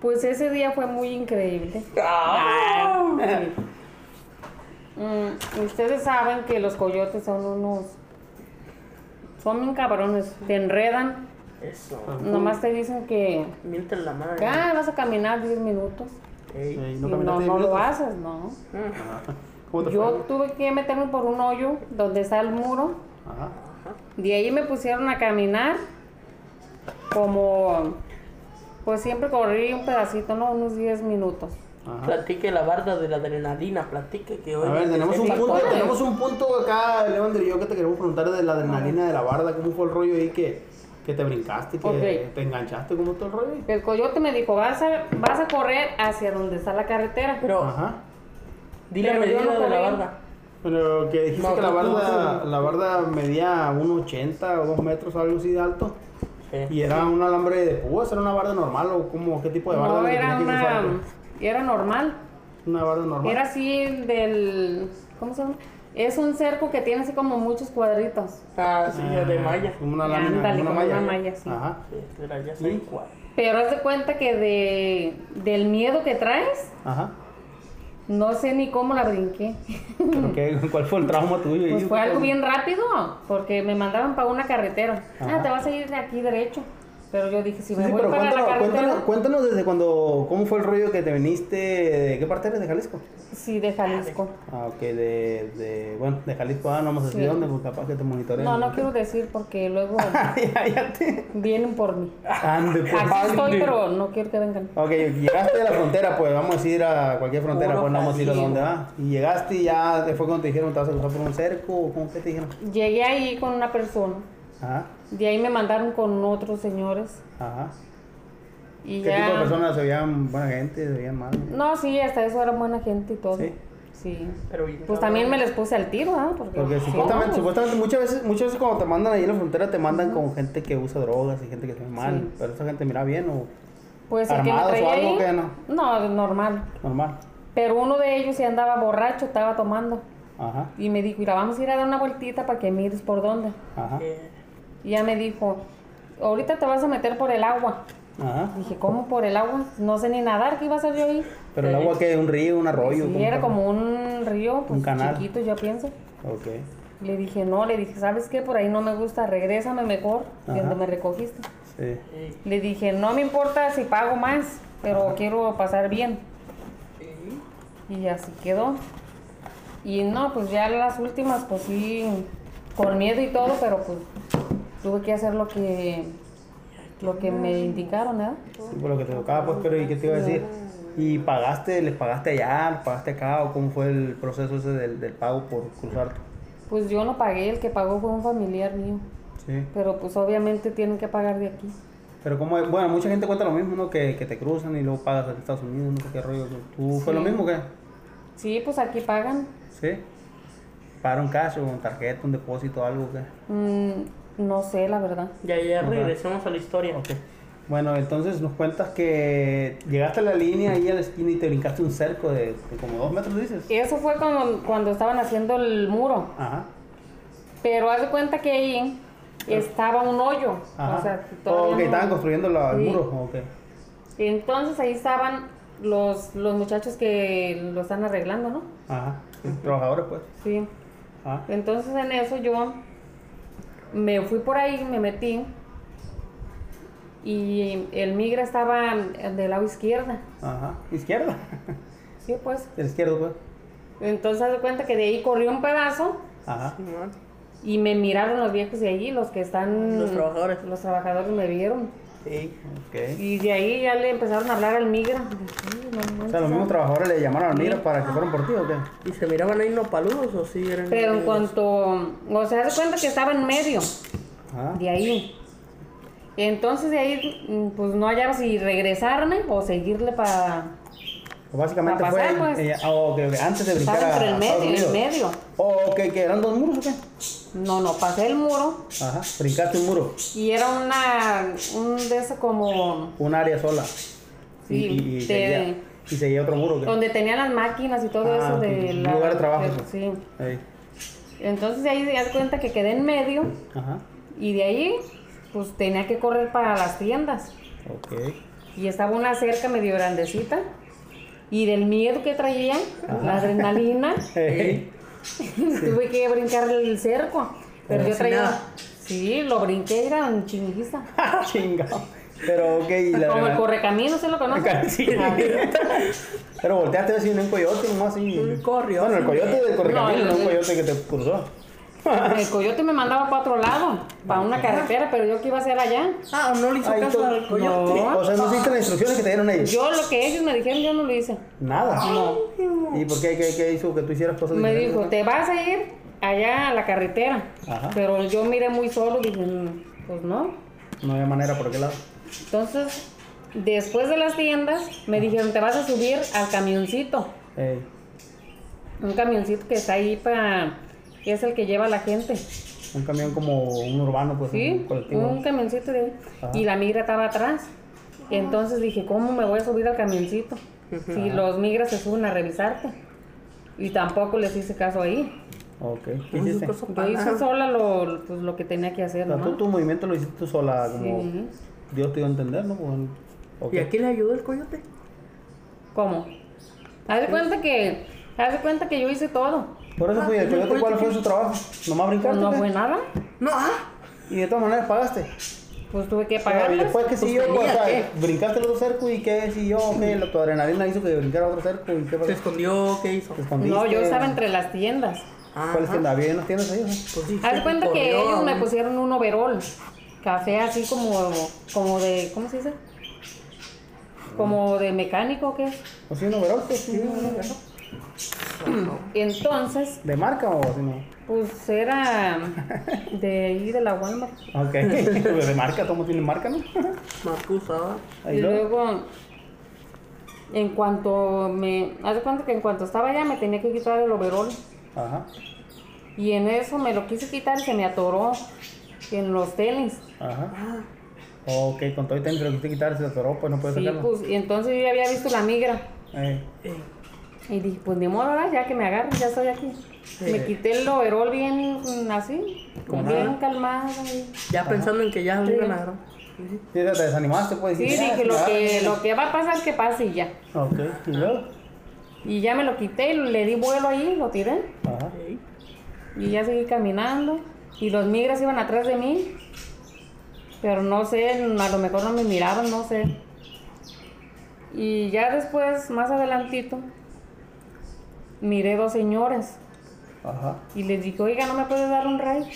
Pues ese día fue muy increíble.
Ah.
Mm, ustedes saben que los coyotes son unos. Son bien cabrones. Te enredan.
Ah,
Eso.
Nomás te dicen que.
Miente la madre.
Ah, vas a caminar 10 minutos.
Ey. Mm.
Ey,
Y
¿no
No,
caminaste
no,
diez
lo
minutos?
haces, no.
¿Cómo te
Yo
fue?
tuve que meterme por un hoyo donde está el muro.
Ajá.
De ahí me pusieron a caminar. Como. Pues siempre corrí un pedacito, ¿no? Unos 10 minutos.
Ajá.
Platique la barda de la adrenalina, platique que hoy.
A ver, tenemos un punto,
Ponle.
tenemos un punto acá, Leandro y yo, que te queremos preguntar de la adrenalina de la barda, cómo fue el rollo ahí que, que te brincaste, que
Ok.
te enganchaste, cómo todo el rollo. ahí?
El coyote me dijo, vas a, vas a correr hacia donde está la carretera.
Pero,
Ajá.
di la
Pero yo
medida de
no
la
corrí.
barda.
Pero que dijiste
No,
que la
tú- tú-
barda,
tú-
la barda medía 1,80 o 2 metros, algo así de alto.
Sí.
Y era un alambre de púas, era una barda normal o como, qué tipo de barda.
No,
la que
era
tenías que
una.
usarte?
Era normal.
Una barda normal.
Era así del. ¿Cómo se llama? Es un cerco que tiene así como muchos cuadritos.
Ah, sí,
Ah,
de malla.
Como una lámina,
Ándale,
como una
como
malla.
una malla, sí.
Ajá.
Sí, Era ya sé
¿Y?
cuál.
Pero haz de cuenta que de, del miedo que traes,
Ajá.
no sé ni cómo la brinqué.
¿Pero qué? ¿Cuál fue el trauma tuyo?
Pues
ahí?
fue algo bien rápido, porque me mandaron para una carretera.
Ajá.
Ah, te vas a ir de aquí derecho. Pero yo dije,
Sí,
si me
sí,
voy
pero
para la
cuéntanos,
carretera,
cuéntanos, cuéntanos desde cuando, cómo fue el rollo que te viniste, ¿de qué parte eres de Jalisco?
sí, de Jalisco.
Ah, ok, de, de bueno, de Jalisco, ah, no vamos a decir
Sí.
dónde, pues capaz que te monitoreen.
No, no quiero decir porque luego
ya, ya te...
vienen por mí.
Ande, pues.
Aquí estoy, pero no quiero que vengan.
Ok, llegaste a la frontera, pues vamos a decir a cualquier frontera,
Puro
pues no vamos a decir a
Jalisco.
dónde va. Y llegaste y ya te fue cuando te dijeron, te vas a cruzar por un cerco, o cómo que te dijeron.
Llegué ahí con una persona.
Ajá,
De ahí me mandaron con otros señores.
ajá.
Y
¿Qué
ya...
tipo de personas? ¿Se veían buena gente? ¿Se veían mal?
No, sí, hasta eso era buena gente y todo.
Sí.
Sí.
Pero, y-
Pues también me les puse al tiro, ¿ah? Porque,
Porque
sí,
supuestamente,
no, pues,
supuestamente muchas veces, muchas veces cuando te mandan ahí en la frontera te mandan con gente que usa drogas y gente que está mal,
Sí.
pero esa gente mira bien o
pues el que me
armados o
traía
algo
ahí-
que no.
No, normal.
normal.
Pero uno de ellos se andaba borracho, estaba tomando.
Ajá,
Y me dijo, mira, vamos a ir a dar una vueltita para que mires por dónde.
ajá,
Eh,
Y ya me dijo, ahorita te vas a meter por el agua.
ajá.
Dije, ¿cómo por el agua? No sé ni nadar, ¿qué iba a hacer yo ahí?
Pero el agua que un río, un arroyo.
Sí,
¿cómo
era
que-
como un río, pues
Un canal.
chiquito, yo pienso.
Ok.
Le dije, no, le dije, ¿sabes qué? Por ahí no me gusta, regrésame mejor, de
Ajá.
donde me recogiste.
Sí.
eh,
Le dije, no me importa si pago más, pero quiero pasar bien.
Ah.
eh.
Y así quedó. Y no, pues ya las últimas, pues sí, con miedo y todo, pero pues tuve que hacer lo que lo que me indicaron, ¿eh?
Sí, por lo que te tocaba, pues, pero ¿y qué te iba a decir? ¿Y pagaste, les pagaste allá, les pagaste acá o cómo fue el proceso ese del, del pago por cruzar?
Pues yo no pagué, el que pagó fue un familiar mío.
Sí.
Pero pues obviamente tienen que pagar de aquí.
Pero como, bueno, mucha gente cuenta lo mismo, ¿no? Que, que te cruzan y luego pagas en Estados Unidos, no sé qué rollo. ¿Tú fue lo mismo o qué?
Sí, pues aquí pagan.
¿Sí? ¿Pagaron cash o con tarjeta, un depósito o algo? ¿qué?
Mm, no sé, la verdad.
Ya, ya, regresemos a la historia.
Ok. Bueno, entonces nos cuentas que llegaste a la línea ahí a la esquina y te brincaste un cerco de, de como dos metros, dices.
Eso fue cuando, cuando estaban haciendo el muro.
Ajá.
Pero haz de cuenta que ahí estaba un hoyo.
Ajá.
O sea,
Oh,
todavía
ok,
no-
estaban construyendo la- el
Sí.
muro. Ok.
Entonces ahí estaban los, los muchachos que lo están arreglando, ¿no?
Ajá. Trabajadores, pues.
Sí.
Ajá.
Entonces en eso yo me fui por ahí, me metí. Y el migra estaba del lado izquierda.
Ajá. Izquierda.
Sí, pues.
El izquierdo, pues.
Entonces haz de cuenta que de ahí corrió un pedazo
Ajá.
Simón.
y me miraron los viejos de allí, los que están.
Los trabajadores.
Los trabajadores me vieron.
Sí.
Ok.
Y de ahí ya le empezaron a hablar al migra. Dije, "Ay, no
O
manches".
sea, los mismos trabajadores le llamaron al mira para que fueran por ti o qué?
¿Y se miraban ahí no paludos o sí eran?
Pero en
negros?
cuanto, o sea, haz de cuenta que estaba en medio
Ajá.
de ahí. Entonces de ahí, mm, pues no hallaba si regresarme o seguirle para...
Básicamente
Para pasar,
fue
pues.
ella- ah, ok, ok, antes de brincar
Estaba
a
entre el
Estados
medio, en el
Unidos.
medio.
Oh, ok, que eran dos muros o qué?
No, no, pasé el muro
Ajá, brincaste un muro,
y era una, un de esos como...
un área sola.
Sí,
y, y, y
de-
seguía, y seguía otro muro. ¿qué?
Donde tenían las máquinas y todo
Ah,
eso
ok,
de...
un
la-
lugar de trabajo,
de-
pues.
sí.
Ey,
Entonces de ahí te das cuenta que quedé en medio
Ajá.
Y de ahí, pues tenía que correr para las tiendas.
Ok.
Y estaba una cerca medio grandecita. Y del miedo que traía, la adrenalina,
Ey.
tuve que brincar el cerco. Pero
Como
yo
si
traía.
nada.
Sí, lo brinqué, era un chinguista.
Ah, Chingado. Pero, ok, y la
Como el
adrenalina-
correcamino, ¿se lo conoce?
Sí.
Ah,
Pero volteaste a ver si venía un coyote, nomás así.
Un corrió,
Bueno, el
sí.
coyote del correcamino,
No,
no, un
el-
coyote que te cruzó.
El coyote me mandaba para otro lado, para una carretera, pero yo qué iba a hacer allá.
Ah, no le hizo
Ay,
caso
to-
al coyote.
no, O sea, no hiciste las instrucciones que te dieron ellos.
Yo lo que ellos me dijeron, yo no lo hice.
Nada. ¿Y por qué, qué, qué hizo que tú hicieras cosas
Me
diferentes?
dijo, te vas a ir allá a la carretera.
Ajá.
Pero yo miré muy solo, dije, "Mm, pues no.
No había manera, ¿por qué lado?
Entonces, después de las tiendas, me dijeron, te vas a subir al camioncito.
Ey.
Un camioncito que está ahí para... que es el que lleva a la gente.
Un camión como un urbano, pues.
Sí,
Un colectivo.
un camioncito de ahí.
Ajá.
Y la migra estaba atrás. Entonces dije, ¿cómo me voy a subir al camioncito? Si los migras se suben a revisarte. Y tampoco les hice caso ahí.
Ok. ¿Qué
No hizo
hiciste?
caso
Yo
para
hice
nada.
sola lo, pues, lo que tenía que hacer,
O sea, tú
¿no?
tu movimiento lo hiciste tú sola, como
Sí.
Dios te dio a entender, ¿no? Como- ok.
¿Y aquí le ayudó el coyote?
¿Cómo? Haz de cuenta que, haz de cuenta que yo hice todo.
Por eso fui el coyote, ¿cuál fue su trabajo? Nomás brincaste.
No
¿qué?
fue nada.
No, ah.
Y de todas maneras pagaste.
Pues tuve que
Y
pagarles.
después que
Pues
siguió,
tenía
o sea,
que.
brincaste el otro cerco y qué siguió, qué, La- tu adrenalina hizo que brincara otro cerco y qué pasó.
Se escondió, ¿qué hizo?
Te escondiste.
No, yo estaba entre las tiendas.
Ah,
¿Cuáles tiendas? ¿Había unas tiendas ahí? o sea?
Pues sí,
Haz de
se
cuenta que
corrió a
ellos me
un-
pusieron un overol. Café así como, como de, ¿cómo se dice? Como de mecánico o qué.
¿O sí, un overall? pues, sí, un overall.
Ah,
Entonces,
¿De marca o así no?
pues era de ahí de la Walmart.
Ok. Pues ¿De marca? ¿Cómo tiene marca, no?
Marcusa,
Ahí
Y
luego.
luego, en cuanto me. Haz de cuenta que en cuanto estaba allá me tenía que quitar el overol.
Ajá.
Y en eso me lo quise quitar y se me atoró en los tenis.
Ajá.
Ah,
Ok, con todo el tenis que lo quisiste quitar, se atoró, pues no puedes
Sí,
sacarlo.
pues, y entonces yo ya había visto la migra.
Eh,
eh,
Y dije, pues ni modo, ¿verdad? ya que me agarren, ya estoy aquí. Me quité el overol bien mm, así,
Como
bien
nada.
calmada. y-
ya pensando en que ya lo
Sí.
iban a agarrar.
sí, te desanimaste, pues.
Sí,
dijiste,
dije,
"Ah,
lo
me
que,
agarran".
lo que va a pasar, que pase y ya.
Ok, y luego.
Y ya me lo quité, le di vuelo ahí, lo tiré.
Ajá.
Ey,
Y ya seguí caminando. Y los migras iban atrás de mí. Pero no sé, a lo mejor no me miraban, no sé. Y ya después, más adelantito, miré dos señores.
Ajá.
Y les dije, oiga, ¿no me puedes dar un ride?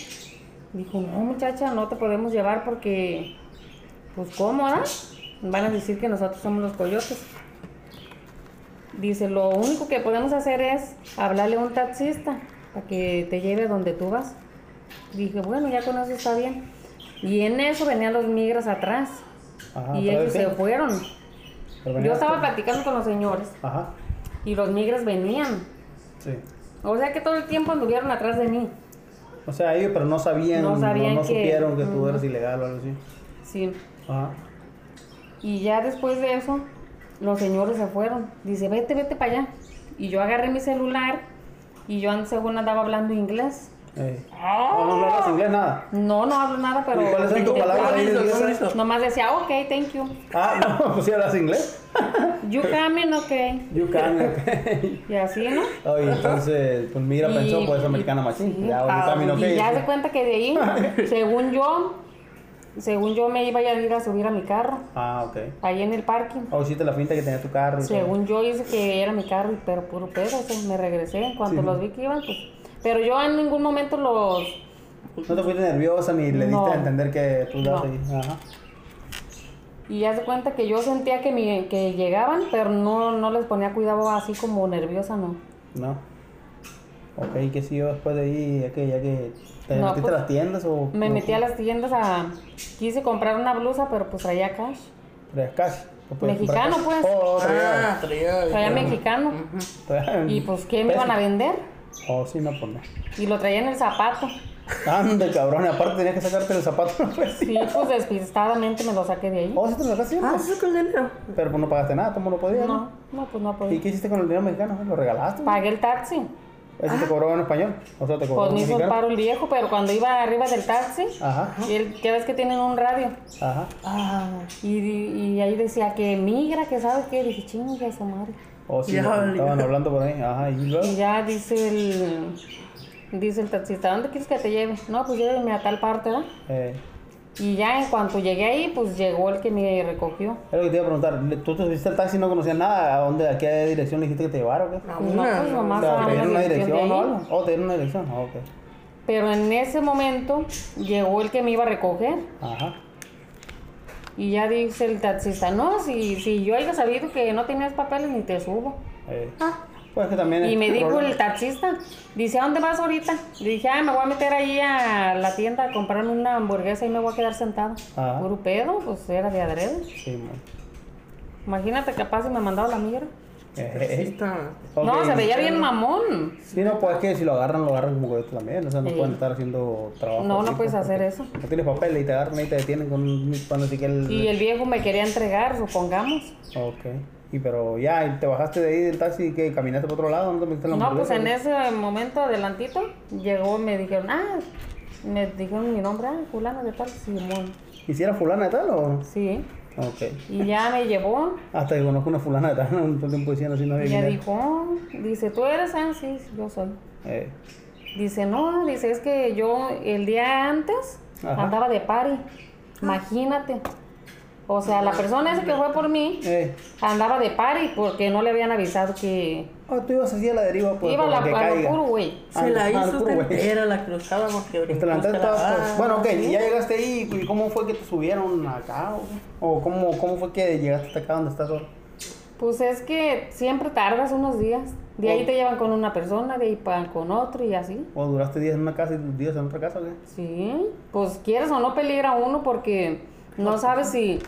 Dijo, no, muchacha, no te podemos llevar porque, pues, ¿cómo, ah? Van a decir que nosotros somos los coyotes. Dice, lo único que podemos hacer es hablarle a un taxista para que te lleve a donde tú vas. Dije, bueno, ya con eso está bien. Y en eso venían los migras atrás.
Ajá.
y
¿otra
ellos
vez
se
qué?
fueron.
Pero venía
Yo estaba
otra-
platicando con los señores
Ajá.
y los migras venían.
Sí.
O sea que todo el tiempo anduvieron atrás de mí.
O sea, ellos, pero no sabían, no,
No sabían
no
que-
supieron que tú
Ujú.
eras ilegal o algo así.
Sí.
Ajá.
Y ya después de eso, los señores se fueron. Dice, vete, vete para allá. Y yo agarré mi celular y yo an- según andaba hablando inglés.
Eh. No, no, no hablas inglés nada.
No, no hablo nada, ¡Oh! pero...
¿Y cuáles son tus palabras en
Listo,
inglés?
listo.
Nomás decía, ok, thank you.
Ah, no, pues sí hablas inglés.
You coming, ok.
You can, ok.
Y así, ¿no?
Oye, entonces, pues mira,
Y-
pensó, pues americana machín.
sí. ah,
ya, bueno, camino, ok.
Y ya se cuenta que de ahí, según yo, según yo me iba a ir a subir a mi carro,
Ah, ok.
ahí en el parking.
O hiciste la finta que tenía tu carro. y todo.
Según yo hice que era mi carro, y- pero puro pedo, o sea, me regresé en cuanto
Sí.
los vi que iban, pues. Pero yo en ningún momento los...
No te fuiste nerviosa ni le diste
No.
a entender que tú dabas
No.
ahí. Ajá.
Y ya se cuenta que yo sentía que, mi- que llegaban, pero no, no les ponía cuidado así como nerviosa, no.
No. Ok, ¿y ¿qué siguió después de ahí? ¿Ya que, ya que te
No,
metiste
pues,
a las tiendas o...?
Me
o-
metí a las tiendas a... Quise comprar una blusa, pero pues traía cash.
Traías cash. ¿O podías
Mexicano,
comprar cash?
pues.
Oh, traía.
Ah, traía.
Traía mexicano.
traía-
Y pues, ¿qué me
peso.
iban a vender?
Oh, sí, no, pues no.
Y lo traía en el zapato.
Anda, cabrón. y Aparte tenías que sacarte los zapatos. ¿no? Pues, sí.
Sí, pues despistadamente me lo saqué de ahí.
Oh, sí te lo sacaste. sí,
Ah,
pues.
sí, con dinero.
Pero pues no pagaste nada, tú no podías.
No, no, pues Ah. no
¿Y
podía.
qué hiciste con el dinero mexicano? ¿Lo regalaste?
Pagué el taxi.
¿Eso te cobraba en español? O sea, te cobraba
Pues
en
me hizo un
mexicano.
paro el viejo, pero cuando iba arriba del taxi,
Ajá,
y él, ya ves que tienen un radio.
ajá.
Y, y ahí decía que migra, que sabes qué. dije, chinga su madre.
O Oh, sí,
Ya,
lo-
vale.
estaban hablando por ahí. Ajá, y luego.
Y ya dice el. Dice el taxista, ¿dónde quieres que te lleve? No, pues lléveme a tal parte, ¿verdad?
Eh,
Y ya en cuanto llegué ahí, pues llegó el que me recogió.
es lo que te iba a preguntar. Le- ¿Tú te subiste al taxi y no conocías nada? ¿A dónde, a qué dirección le dijiste que te llevara o qué?
No,
Pues no, pues nomás
O sea,
a
¿Te dieron una
de
dirección
ahí.
o algo? Oh, te dieron una dirección. Ah, ok.
Pero en ese momento llegó el que me iba a recoger.
Ajá.
Y ya dice el taxista, no, si, si yo haya sabido que no tenías papeles ni te subo.
Eh,
Ah.
Pues que también.
Y
el
me dijo
problema-
el taxista, dice, ¿a dónde vas ahorita? Le dije, ah, me voy a meter ahí a la tienda a comprarme una hamburguesa y me voy a quedar sentado.
Ajá.
Puro pedo, pues era de adrede.
Sí, mon.
Imagínate capaz si me mandaba la mierda.
Ahí
Eh, eh,
está.
ok.
No, se veía bien mamón.
Sí, no, pues es que si lo agarran, lo agarran como que esto también. O sea, no
Sí.
pueden estar haciendo trabajo.
Eh, No,
así,
no puedes
pues,
hacer
porque
eso.
No tienes papeles y te agarran y te detienen con un cuando sí que el.
Y el viejo me quería entregar, supongamos.
Ok. Y pero ya, y te bajaste de ahí del taxi y que caminaste por otro lado, no te metiste en la
No, pues en
hamburguesa?
ese momento adelantito llegó, me dijeron, ah, me dijeron mi nombre, ah, fulano de tal, Simón.
¿Y si era fulana de tal o no?
Sí,
Ok.
y ya me llevó,
Hasta que conozco una fulana de tal, un tiempo diciendo así no
y
había
ya
dinero.
dijo, "Oh", dice, ¿tú eres? Ah, sí, sí, yo soy.
Eh,
Dice, no, dice, es que yo el día antes
Ajá.
andaba de party, imagínate. O sea, la persona esa que fue por mí
eh.
andaba de party porque no le habían avisado que
Ah, tú ibas así a la deriva por,
iba
por lo
la,
Pues, que
a lo
caiga.
puro, güey.
Se la
Al- al
hizo
puro, güey.
entera la cruzada porque
Pues
brincó,
te levantaste
se la ah,
todas,
va.
pues. Bueno, ok, y ya llegaste ahí, ¿y cómo fue que te subieron acá? ¿O, o cómo, cómo fue que llegaste hasta acá donde estás ahora?
Pues es que siempre tardas unos días. De
Oh.
ahí te llevan con una persona, de ahí van con otro y así.
¿O duraste días en una casa y tus días en otra casa? o qué?
Sí, pues quieres o no peligra uno porque no sabes si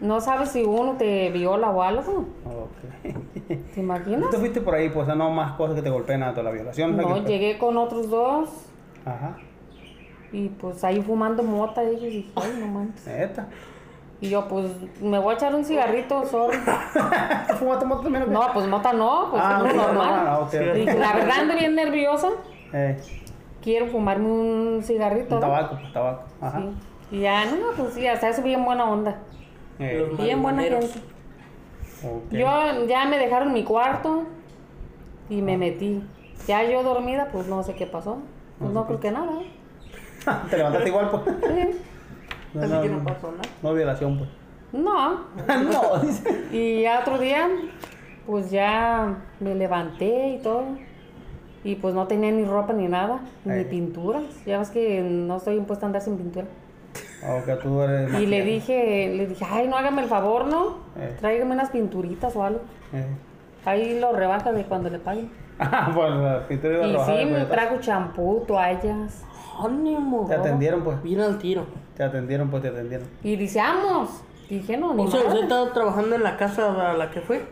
no sabes si uno te viola o algo.
Ok.
¿Te
¿Tú
imaginas?
te fuiste por ahí, pues, o sea, no más cosas que te golpeen a toda la violación? ¿no?
No,
Que-
llegué con otros dos
Ajá,
y pues ahí fumando mota ellos y dije, ay, no manches.
neta.
Y yo pues me voy a echar un cigarrito, sorry.
¿Fumaste moto también o qué?
No, pues mota no, pues
ah, no,
es lo
no, no,
normal.
no, ok, ok.
Dije, la verdad ando bien nerviosa,
Eh,
quiero fumarme un cigarrito.
un
¿no?
tabaco, pues, tabaco. Ajá.
Sí. Y ya, no, pues sí, hasta eso bien buena onda.
Eh,
Bien buena
marihuaneros.
gente.
ok.
Yo ya me dejaron mi cuarto y
Ah.
me metí. Ya yo dormida, pues no sé qué pasó. Pues no creo que nada. ¿eh?
te levantaste igual, pues.
Sí.
No,
Así que no
no,
pasó nada.
no violación, pues.
No.
no, dice.
Y ya otro día, pues ya me levanté y todo. Y pues no tenía ni ropa ni nada, ni
Ey.
pinturas. Ya ves que no estoy impuesta a andar sin pintura.
Ok, tú eres
Y le
maquillada.
dije, le dije, ay, no hágame el favor, ¿no?
Ey.
Tráigame unas pinturitas o algo.
Eh.
Ahí lo rebaja de cuando le paguen.
Ah, pues la pintura iba a
Y
trabajar
sí,
de
me
puñetazo.
trago champú, toallas.
Ánimo.
Te atendieron, pues.
Bien al tiro.
Te atendieron, pues, te atendieron.
Y dice, vamos. Dije, no, ni
O sea,
madre".
usted estaba trabajando en la casa a la que fue.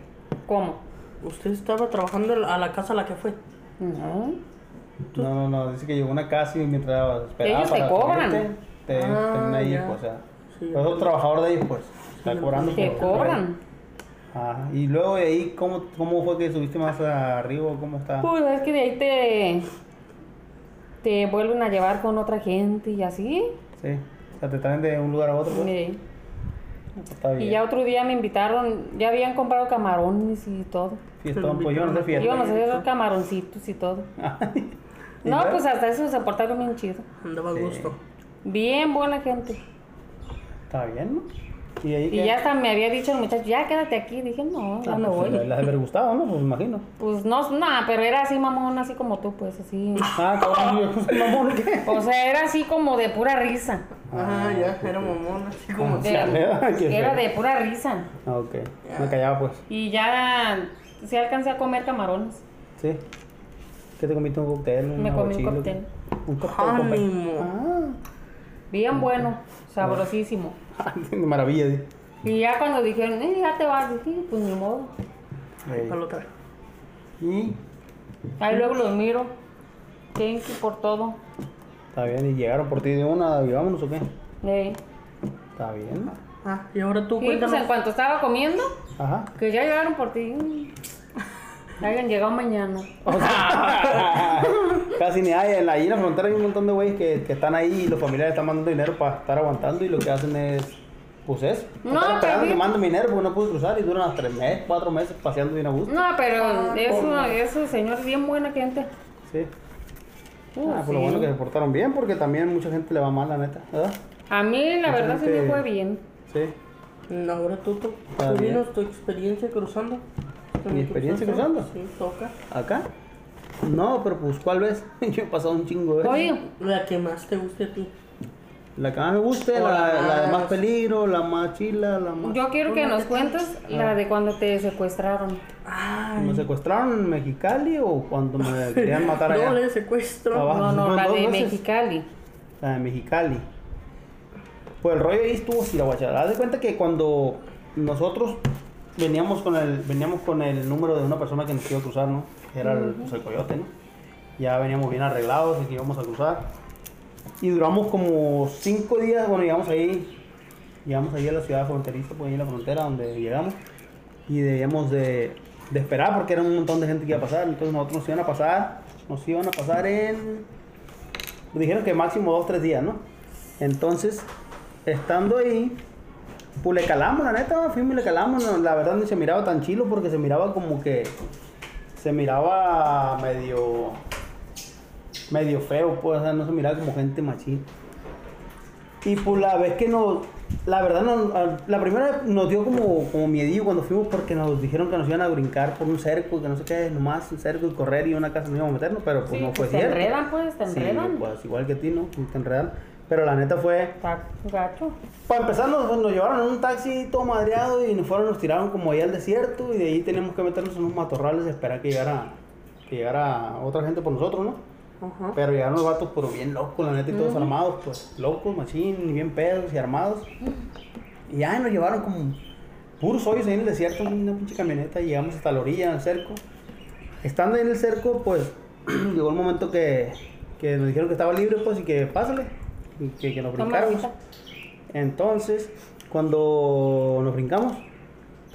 ¿Cómo?
Usted estaba trabajando a la casa a la que fue.
No.
No, no, no, dice que llegó una casa y mientras esperaba
Ellos te
para
cobran.
subirte, Te
Ah,
tienen ahí,
ya.
pues, o sea.
Sí.
pero es un trabajador de ellos, pues. Está cobrando.
Te
por-
cobran.
Ajá. Y luego de ahí, ¿cómo, cómo fue que subiste más arriba? ¿Cómo está?
Pues es que de ahí te. Te vuelven a llevar con otra gente y así.
Sí. O sea, te traen de un lugar a otro, pues.
Mire,
Está bien.
Y ya otro día me invitaron, ya habían comprado camarones y todo.
Fiestón, pues yo no sé fiesta.
Íbamos a hacer camaroncitos y todo.
¿Y
No,
luego?
pues hasta eso se portaron bien chido.
Andaba a gusto.
Bien buena gente.
Está bien, ¿no? Y Ah, ahí
Y ya hasta me había dicho el muchacho, ya quédate aquí. Dije, no, ya me
pues,
voy.
Las haber gustado, ¿no? Pues me imagino.
Pues no, nada, pero era así mamón, así como tú, pues así.
Ah, cabrón, yo, mamón, ¿qué?
O sea, era así como de pura risa.
Ah, ya, era mamón, así como.
De-
Qué
era
feo.
de pura risa.
Ah, ok. Me callaba, pues.
Y ya sí alcancé a comer camarones.
Sí. ¿Qué te comiste? ¿Un cóctel?
Me comí un
aguachile,
cóctel.
¿Un cóctel? Ah.
Ánimo.
cóctel.
Bien bueno, sabrosísimo.
Ah, de maravilla. sí.
Y ya cuando dijeron, "Eh, ya te vas, dije, pues ni modo.
Ey.
Para la otra.
Y
Ahí luego los miro. Thank you por todo.
está bien, y llegaron por ti de una, y vámonos o qué.
Eh,
Está bien.
Ah, y ahora tú
Y pues en
cuéntame.
cuanto estaba comiendo,
Ajá.
que ya llegaron por ti. Hayan llegado mañana.
O sea, casi ni hay. En la, ahí en la frontera hay un montón de güeyes que, que están ahí y los familiares están mandando dinero para estar aguantando y lo que hacen es. Pues es.
No,
están esperando
pero-
que manden dinero porque no pude cruzar y duran hasta tres meses, cuatro meses paseando bien a gusto.
No, pero eso, eso, señor, es bien buena gente.
Sí.
Uh,
Ah, pues lo
sí.
bueno que se portaron bien porque también mucha gente le va mal, la neta. ¿Verdad?
A mí, la
Mucha
verdad, sí
gente-
me fue bien.
Sí.
No, Mm, ahora tú, tú,
Está
tú
bien.
dinos tu experiencia cruzando.
¿Mi experiencia cruzando?
Sí, toca.
¿Acá? No, pero pues, ¿cuál ves? Yo he pasado un chingo de
pues
veces.
Oye,
La que más te guste a ti.
La que más me guste,
O
la,
la
la de
más-
más peligro, la más chila, la más...
yo quiero que nos cuentes la de cuando te secuestraron.
Ay,
¿Me secuestraron en Mexicali o cuando me querían matar allá?
doble secuestro.
Ah, va.
No, no,
fueron
la
dos
de
veces.
Mexicali.
La de Mexicali. Pues el rollo ahí estuvo así, la guachara. Haz de cuenta que cuando nosotros veníamos con el, veníamos con el número de una persona que nos iba a cruzar, ¿no? Que era el, pues, el coyote, ¿no? Ya veníamos bien arreglados y que íbamos a cruzar. Y duramos como cinco días, bueno, llegamos ahí, llegamos ahí a la ciudad fronteriza, pues ahí en la frontera donde llegamos. Y debíamos de, de esperar porque era un montón de gente que iba a pasar. Entonces nosotros nos iban a pasar, nos iban a pasar en dijeron que máximo dos, tres días, ¿no? Entonces, estando ahí, pues le calamos, la neta, fuimos y le calamos, no, la verdad ni se miraba tan chilo porque se miraba como que, se miraba medio, medio feo, pues, o sea, no se miraba como gente machín. Y pues la vez que nos, la verdad, nos- a- la primera nos dio como, como miedillo cuando fuimos porque nos dijeron que nos iban a brincar por un cerco, que no sé qué, nomás un cerco y correr y una casa nos íbamos a meternos, pero pues
Sí,
no fue
pues, te
cierto.
enredan, pues, te
Sí,
enredan.
pues igual que a ti, ¿no? Te enredan. Pero la neta fue.
Está gacho.
Para empezar, nos, pues, nos llevaron en un taxi todo madreado y nos fueron, nos tiraron como allá al desierto y de ahí teníamos que meternos en unos matorrales y esperar que llegara, que llegara otra gente por nosotros, ¿no?
Ajá.
Pero llegaron los vatos, pero bien locos, la neta, y todos armados, pues locos, machín, bien pedos y armados. Y ya nos llevaron como puros hoyos ahí en el desierto, en una pinche camioneta, y llegamos hasta la orilla, al cerco. Estando ahí en el cerco, pues llegó el momento que, que nos dijeron que estaba libre, pues, y que pásale, y que, que nos
Toma
brincaron.
agüita.
Entonces, cuando nos brincamos,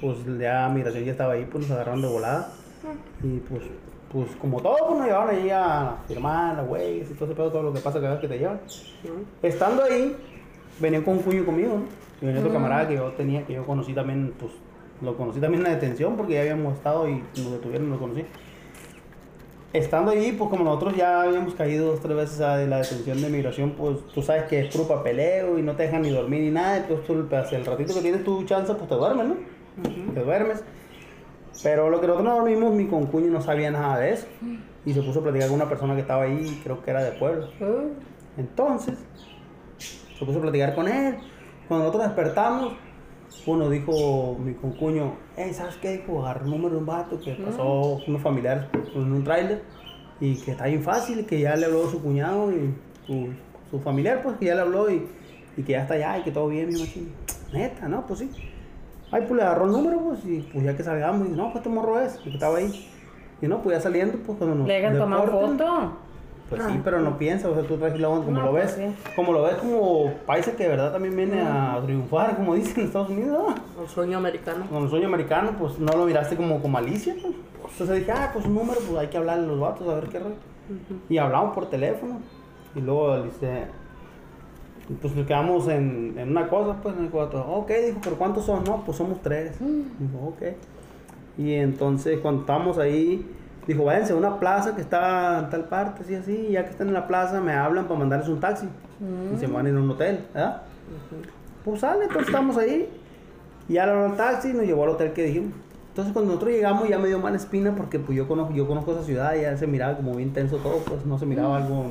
pues ya migración ya estaba ahí, pues nos agarraron de volada. Y pues, pues como todo, pues nos llevaron ahí a firmar, a güeyes y todo ese pedo, todo lo que pasa cada vez que te llevan.
Mm.
Estando ahí, venían con un cuño conmigo, ¿no? Y venía otro camarada que yo tenía, que yo conocí también, pues lo conocí también en la detención porque ya habíamos estado y nos detuvieron, lo conocí. Estando ahí, pues como nosotros ya habíamos caído dos, tres veces a de la detención de migración, pues tú sabes que es puro papeleo y no te dejan ni dormir ni nada, entonces tú pues, el ratito que tienes tu chance, pues te duermes, ¿no? Te duermes. Pero lo que nosotros no dormimos, mi concuño no sabía nada de eso. Y se puso a platicar con una persona que estaba ahí, creo que era de pueblo.
Uh,
Entonces, se puso a platicar con él. Cuando nosotros despertamos, uno dijo, mi concuño, hey, ¿sabes qué? Dijo, agarró el número de un vato que
Mm.
pasó unos familiares en un tráiler y que está bien fácil, que ya le habló su cuñado y su, su familiar, pues que ya le habló y, y que ya está allá y que todo bien, mi machín. Neta, ¿no? Pues sí. Ay, pues le agarró el número, pues, y pues ya que salgamos, y no, pues este morro es, el que estaba ahí. Y no, pues ya saliendo, pues cuando nos
Le hayan tomado
deporten,
foto.
pues sí, pero no piensa, o sea, tú traes la onda como
Ah. No,
lo ves.
pues Ah.
Como lo ves como paisa que de verdad también viene a triunfar, como dicen en Estados Unidos. ¿no?
Un sueño americano.
Con el sueño americano, pues no lo miraste como con malicia. ¿no? Entonces dije, ah, pues un número, pues hay que hablarle a los vatos, a ver qué rollo. Y hablamos por teléfono. Y luego le dice, pues nos quedamos en, en una cosa, pues en el cuarto. Ok, dijo, pero ¿cuántos son? No, pues somos tres. Dijo, ok. Y entonces cuando estábamos ahí, dijo, váyanse a una plaza que está en tal parte, así, así. Y ya que están en la plaza, me hablan para mandarles un taxi. Y se van a ir a un hotel, ¿verdad? Pues sale, entonces estamos ahí. Y ya le habló al taxi y nos llevó al hotel que dijimos. Entonces cuando nosotros llegamos ya me dio mala espina porque pues yo conozco, yo conozco esa ciudad y ya se miraba como bien tenso todo, pues no se miraba algo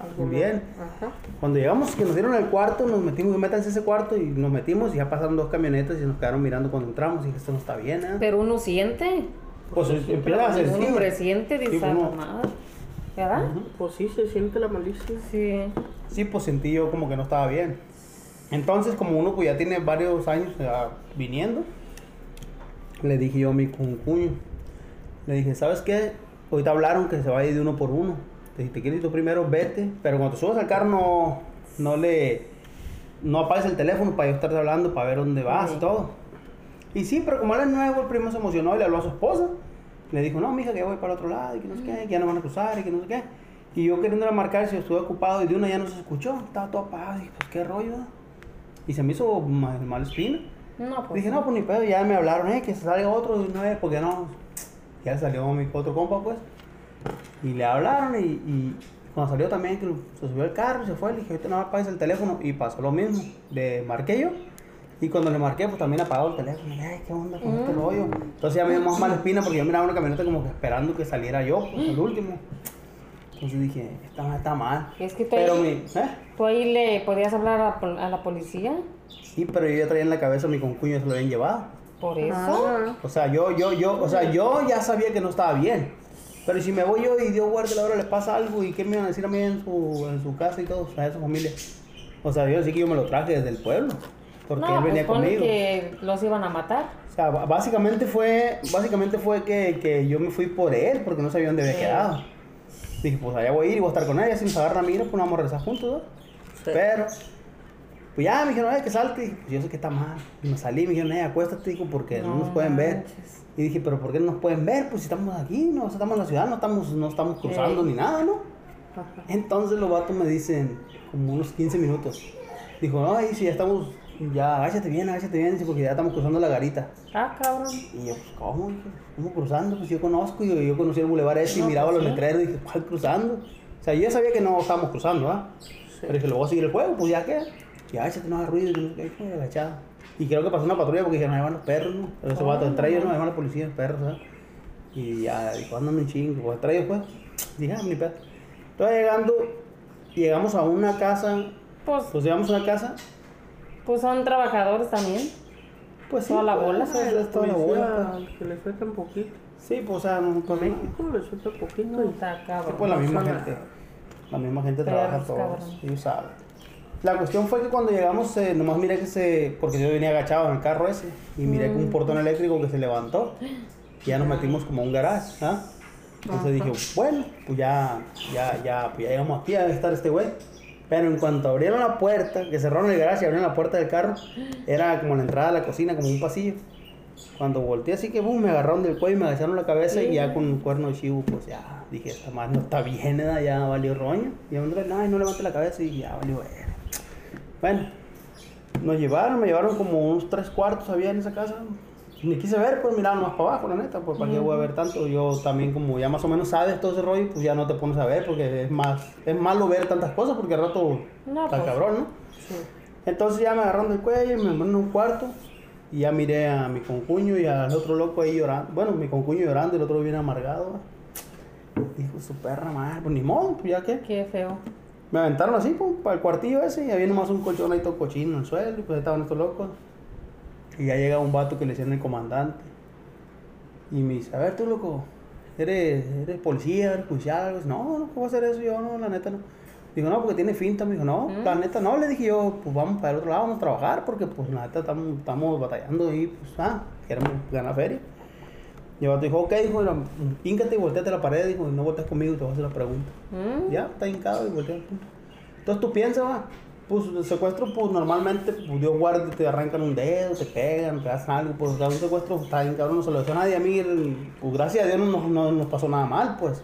Algo
Bien.
más. Ajá.
cuando llegamos, que nos dieron el cuarto, nos metimos, métanse a ese cuarto y nos metimos y ya pasaron dos camionetas y nos quedaron mirando cuando entramos y dije, esto no está bien, ¿eh?".
Pero uno siente.
Pues empieza a sentir.
Uno presiente, dice,
Sí, pues, no.
"Ah, madre". ¿Verdad?
Pues sí, se siente la malicia.
Sí.
Sí, pues sentí yo como que no estaba bien. Entonces, como uno pues ya tiene varios años ya viniendo, le dije yo a mi concuño, le dije, ¿sabes qué? Ahorita hablaron que se va a ir de uno por uno. Le dije, te quieres ir tú primero, vete. Pero cuando te subas al carro no, no le... No apagues el teléfono para yo estar hablando, para ver dónde vas y
Ok.
todo. Y sí, pero como él es nuevo, el primo se emocionó y le habló a su esposa. le dijo, no, mija, que voy para otro lado y que no sé qué, que ya no van a cruzar y que no sé qué. Y yo queriendo marcar, si estuve ocupado y de una ya no se escuchó, estaba todo apagado. Dije, pues qué rollo. Y se me hizo mal, mal espina.
No, pues.
Dije, no, pues ni pedo, ya me hablaron, eh, que salga otro de una vez, porque no. Ya salió mi otro compa, pues. Y le hablaron y, y cuando salió también, que se subió al carro, se fue, le dije, ahorita no apagues el teléfono. Y pasó lo mismo, le marqué yo. Y cuando le marqué, pues también apagó el teléfono. Y, Ay, qué onda con
Mm.
este rollo. Entonces ya me dio más mala espina porque yo miraba una camioneta como que esperando que saliera yo, pues,
Mm.
el último. Entonces dije, esta madre está mal.
Es que estoy-
Pero mi, ¿eh?
¿Tú ahí le podías hablar a, la pol- a la policía?
Sí, pero yo ya traía en la cabeza a mi concuño, se lo habían llevado.
¿Por eso?
O sea, yo, yo, yo, o sea, yo ya sabía que no estaba bien. Pero si me voy yo y Dios guarde la hora le pasa algo y qué me van a decir a mí en su, en su casa y todo, a su familia. O sea, yo sí que yo me lo traje desde el pueblo. Porque
no,
él venía
pues ponle
conmigo.
que los iban a matar.
O sea, b- básicamente fue, básicamente fue que, que yo me fui por él porque no sabía dónde había quedado. Dije, pues allá voy a ir y voy a estar con ella. Si nos agarra mira, pues nos vamos a regresar juntos, ¿no? Pero, pues ya me dijeron, eh, que salte. Dije, pues yo sé que está mal. Y me salí, me dijeron, eh, acuéstate, dijo, porque no,
No
nos pueden ver.
manches.
Y dije, pero ¿por qué no nos pueden ver? Pues si estamos aquí, no, o sea, estamos en la ciudad, no estamos, no estamos cruzando
Ey.
ni nada, ¿no? Entonces los vatos me dicen, como unos 15 minutos. Dijo, no, y si ya estamos, ya agáchate bien, agáchate bien, dice, porque ya estamos cruzando la garita.
Ah, cabrón.
Y yo, pues, ¿cómo? dije? ¿Cómo cruzando? Pues yo conozco, yo, yo conocí el bulevar ese y
No,
miraba
pues,
los
sí.
letreros y dije, ¿cuál cruzando? O sea, yo ya sabía que no estábamos cruzando, ¿ah? Pero dije, lo voy a seguir el juego, pues ya qué. Y agáchate, no haga ruido, y no sé qué, fue agachado. Y creo que pasó una patrulla porque dijeron, ahí van los perros, ¿no? Pero esos vatos, entre ellos, no, ahí van los policías, los perros, ¿sabes? Y ya, dijo, ándame un chingo, pues entre ellos, pues. Dije, ah, ni pedo. Entonces llegando, llegamos a una casa,
Pues,
pues llegamos a una casa,
pues son trabajadores también.
pues sí,
Toda la
pues,
bola,
ah,
¿sabes?
era toda la bola. pues.
Que le suelten poquito.
Sí, pues, o sea, no, pues, no.
México le suelten poquito. y-
Puta,
Sí,
cabrón.
pues la misma
Son-
gente. La misma gente
Perros,
trabaja todos.
cabrón.
Ellos saben. La cuestión fue que cuando llegamos, eh, nomás miré que se. Porque yo venía agachado en el carro ese. Y miré
Mm.
que un portón eléctrico que se levantó. Y ya nos metimos como a un garage, ¿ah? Entonces dije, bueno, pues ya, ya, ya, pues ya llegamos aquí, debe estar este güey. Pero en cuanto abrieron la puerta, que cerraron el garage y abrieron la puerta del carro, era como la entrada a la cocina, como un pasillo. Cuando volteé así que, boom, me agarraron del cuello y me agacharon la cabeza y ya con un cuerno de chivo, pues ya, dije, esta madre no está bien, ¿eh? ya valió roña. Y aún no, no levanté la cabeza y ya valió verga. Bueno, nos llevaron, me llevaron como unos tres cuartos había en esa casa. Ni quise ver, pues miraba más para abajo, la neta, pues para qué voy a ver tanto. Yo también, como ya más o menos sabes todo ese rollo, pues ya no te pones a ver porque es más, es malo ver tantas cosas porque al rato
No,
está
pues.
cabrón, ¿no? Entonces ya me agarraron del cuello y me mandaron a un cuarto. Y ya miré a mi concuño y al otro loco ahí llorando. Bueno, mi concuño llorando, el otro bien amargado. Dijo su perra madre, pues ni modo, pues ya que.
Qué feo.
Me aventaron así, pues, para el cuartillo ese, y había nomás un colchón ahí todo cochino en el suelo, y pues estaban estos locos. Y ya llega un vato que le decían el comandante. Y me dice, a ver tú, loco, ¿eres, eres policía, eres judicial? algo?" No, no, ¿cómo hacer eso? Yo, no, la neta no. Digo, no, porque tiene finta. Me dijo, no, la neta no. Le dije yo, pues vamos para el otro lado, vamos a trabajar, porque pues la neta estamos, estamos batallando y pues, ah, queremos ganar feria. Y el vato dijo, ok, dijo, "mira, híncate y volteate a la pared, dijo, y no voltees conmigo y te voy a hacer la pregunta.
Mm,
Ya, está hincado y voltea. Entonces tú piensas, va, pues el secuestro, pues normalmente, pues Dios guarde, te arrancan un dedo, te pegan, te hacen algo, pues o sea, un secuestro está bien cabrón, no se lo hizo a nadie. A mí, el- pues gracias a Dios no, nos- no nos pasó nada mal, pues.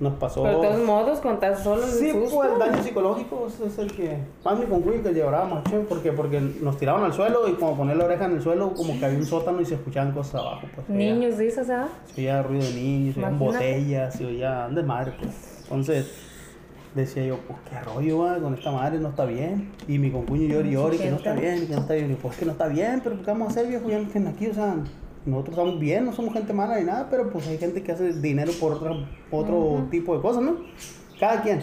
Nos pasó.
Pero de todos modos, con tan solo el
Sí,
susto.
pues el daño psicológico ese es el que más me concluye que llorábamos, che, porque, porque nos tiraban al suelo y como poner la oreja en el suelo, como que había un sótano y se escuchaban cosas abajo, pues. que ya-
Niños, dices, ¿ah?
se oía ruido de niños, se oían
Imagínate.
botellas, se oía de madre, pues. Entonces, decía yo, pues qué rollo, va, con esta madre no está bien. Y mi concuño llora y llora, y que no está
Sujeta.
bien, y que no está bien. Y yo, pues que no está bien, pero ¿qué vamos a hacer, viejo? Ya no están aquí, o sea, nosotros estamos bien, no somos gente mala ni nada, pero pues hay gente que hace dinero por otro, otro tipo de cosas, ¿no? Cada quien.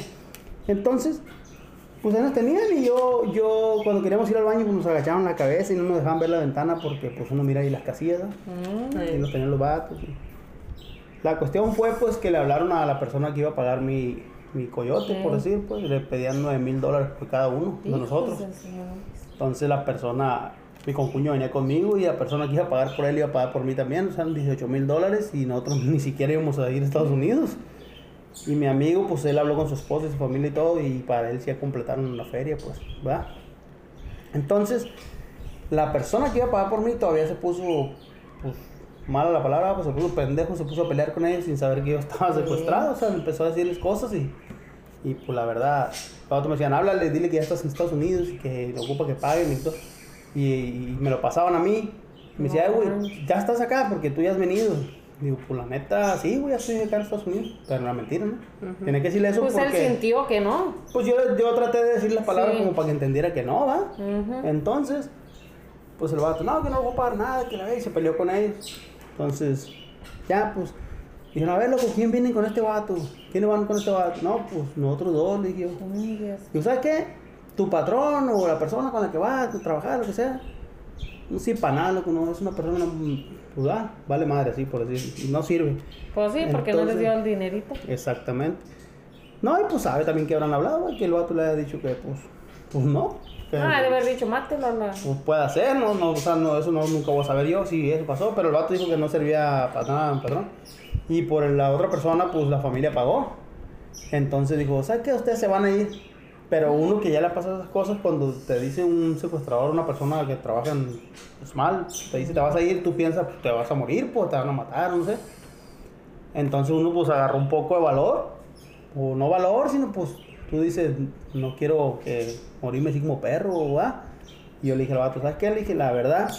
Entonces, pues ahí nos tenían y yo, yo cuando queríamos ir al baño, pues nos agachaban la cabeza y no nos dejaban ver la ventana porque pues uno mira ahí las casillas, ¿no?
Mm,
y los tenían los vatos. y- La cuestión fue pues que le hablaron a la persona que iba a pagar mi, mi coyote, por decir, pues le pedían 9 mil dólares por cada uno de
hijos
nosotros.
de su madre.
Entonces la persona, mi concuño venía conmigo y la persona que iba a pagar por él iba a pagar por mí también, o sea, 18 mil dólares y nosotros ni siquiera íbamos a ir a Estados Unidos. Y mi amigo, pues él habló con su esposa y su familia y todo, y para él sí completaron la feria, pues, ¿verdad? Entonces, la persona que iba a pagar por mí todavía se puso, pues, mala la palabra, pues se puso pendejo, se puso a pelear con ellos sin saber que yo estaba secuestrado, o sea, empezó a decirles cosas y, y pues la verdad, los otros me decían, háblale, dile que ya estás en Estados Unidos y que le ocupa que paguen y todo, y, y me lo pasaban a mí, me decía, "Ay, güey, ya estás acá porque tú ya has venido. Digo, pues la neta, sí, güey, ya estoy acá en Estados Unidos. Pero era mentira, ¿no? Tenía que decirle eso
Pues él
porque...
sintió que no.
Pues yo, yo traté de decir las palabras
Sí.
como para que entendiera que no, ¿va?
Ujú.
Entonces, pues el vato, no, que no voy a pagar nada, que la ve, y se peleó con ellos. Entonces, ya, pues, dijeron, a ver, loco, ¿quién viene con este vato? ¿Quiénes van con este vato? No, pues nosotros dos, le dije yo.
Amigues.
Digo, ¿sabes qué? Tu patrón o la persona con la que vas a trabajar, lo que sea. No sirve para nada, loco, no, es una persona, pues, ah, vale madre, así, por decir, no sirve.
Pues sí, porque no les
Entonces-
dio el dinerito.
Exactamente. No, y pues sabe también que habrán hablado, güey, que el vato le haya dicho que pues, pues no. que
Ah, de haber dicho, mátelo a la...
pues, puede hacer, no, no, o sea, no, eso no, nunca voy a saber yo si eso pasó, pero el vato dijo que no servía para nada, el patrón. Y por la otra persona, pues la familia pagó. Entonces dijo, ¿sabes qué? Ustedes se van a ir. Pero uno que ya le ha pasado esas cosas, cuando te dice un secuestrador, una persona que trabaja en, pues, mal, te dice te vas a ir, tú piensas, pues, te vas a morir, pues te van a matar, no sé. Entonces uno pues agarró un poco de valor, o no valor, sino pues tú dices, no quiero que morirme así como perro, ¿va? Y yo le dije al vato, ¿sabes qué? Le dije, la verdad,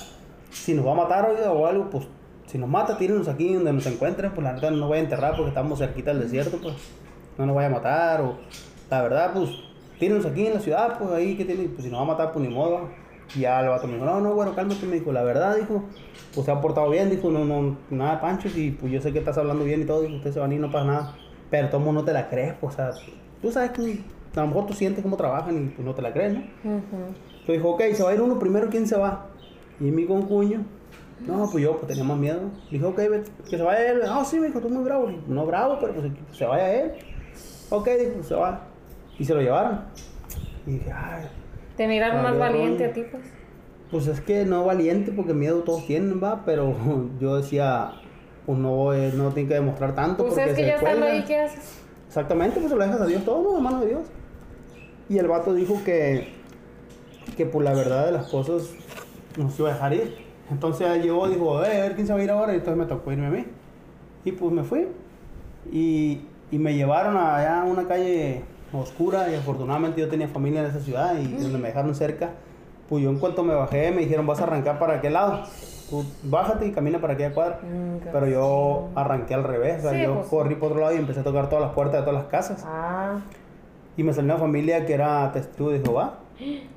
si nos va a matar oiga, o algo, pues si nos mata, tírenos aquí donde nos encuentren, pues la neta no nos vaya a enterrar porque estamos cerquita del desierto, pues no nos vaya a matar, o la verdad, pues tírenos aquí en la ciudad, pues ahí que tiene, pues si nos va a matar, pues ni modo. Y ya el vato me dijo, no, no, bueno, cálmate, me dijo, la verdad, dijo, pues se ha portado bien, dijo, no, no, nada, Pancho, y pues yo sé que estás hablando bien y todo, dijo, ustedes se van a ir, no pasa nada, pero todo mundo no te la crees, pues, o sea, tú sabes que a lo mejor tú sientes cómo trabajan y pues no te la crees, ¿no?
Ujú.
Yo dijo, ok, se va a ir uno primero, ¿quién se va? Y mi concuño, no, pues yo, pues tenía más miedo. Dijo, ok, vete, que se vaya él. Ah, sí, me dijo, tú muy bravo. Le dije, no bravo, pero pues que se vaya él. Ok, dijo, pues, se va. Y se lo llevaron. Y dije, ay,
Te miraron más
Valió,
valiente
Ron.
a ti, pues.
pues es que no valiente, porque miedo todos tienen, va, pero yo decía, pues no, voy- no tiene que demostrar tanto.
Pues
porque
es que
se
ya estando
cuelgan.
ahí, ¿qué haces?
Exactamente, pues se lo dejas a Dios todo, ¿no? hermano de Dios. Y el vato dijo que, que por la verdad de las cosas nos iba a dejar ir. Entonces yo dijo, "Eh, a ver quién se va a ir ahora. Y entonces me tocó irme a mí. Y pues me fui. Y, y me llevaron allá a una calle oscura. Y afortunadamente yo tenía familia en esa ciudad y donde me dejaron cerca. Pues yo en cuanto me bajé me dijeron, vas a arrancar para aquel lado. Tú bájate y camina para aquella cuadra.
Mm,
Pero yo arranqué al revés, o sea,
Sí,
yo
pues.
corrí por otro lado y empecé a tocar todas las puertas de todas las casas.
Ah,
Y me salió una familia que era testigo de Jehová.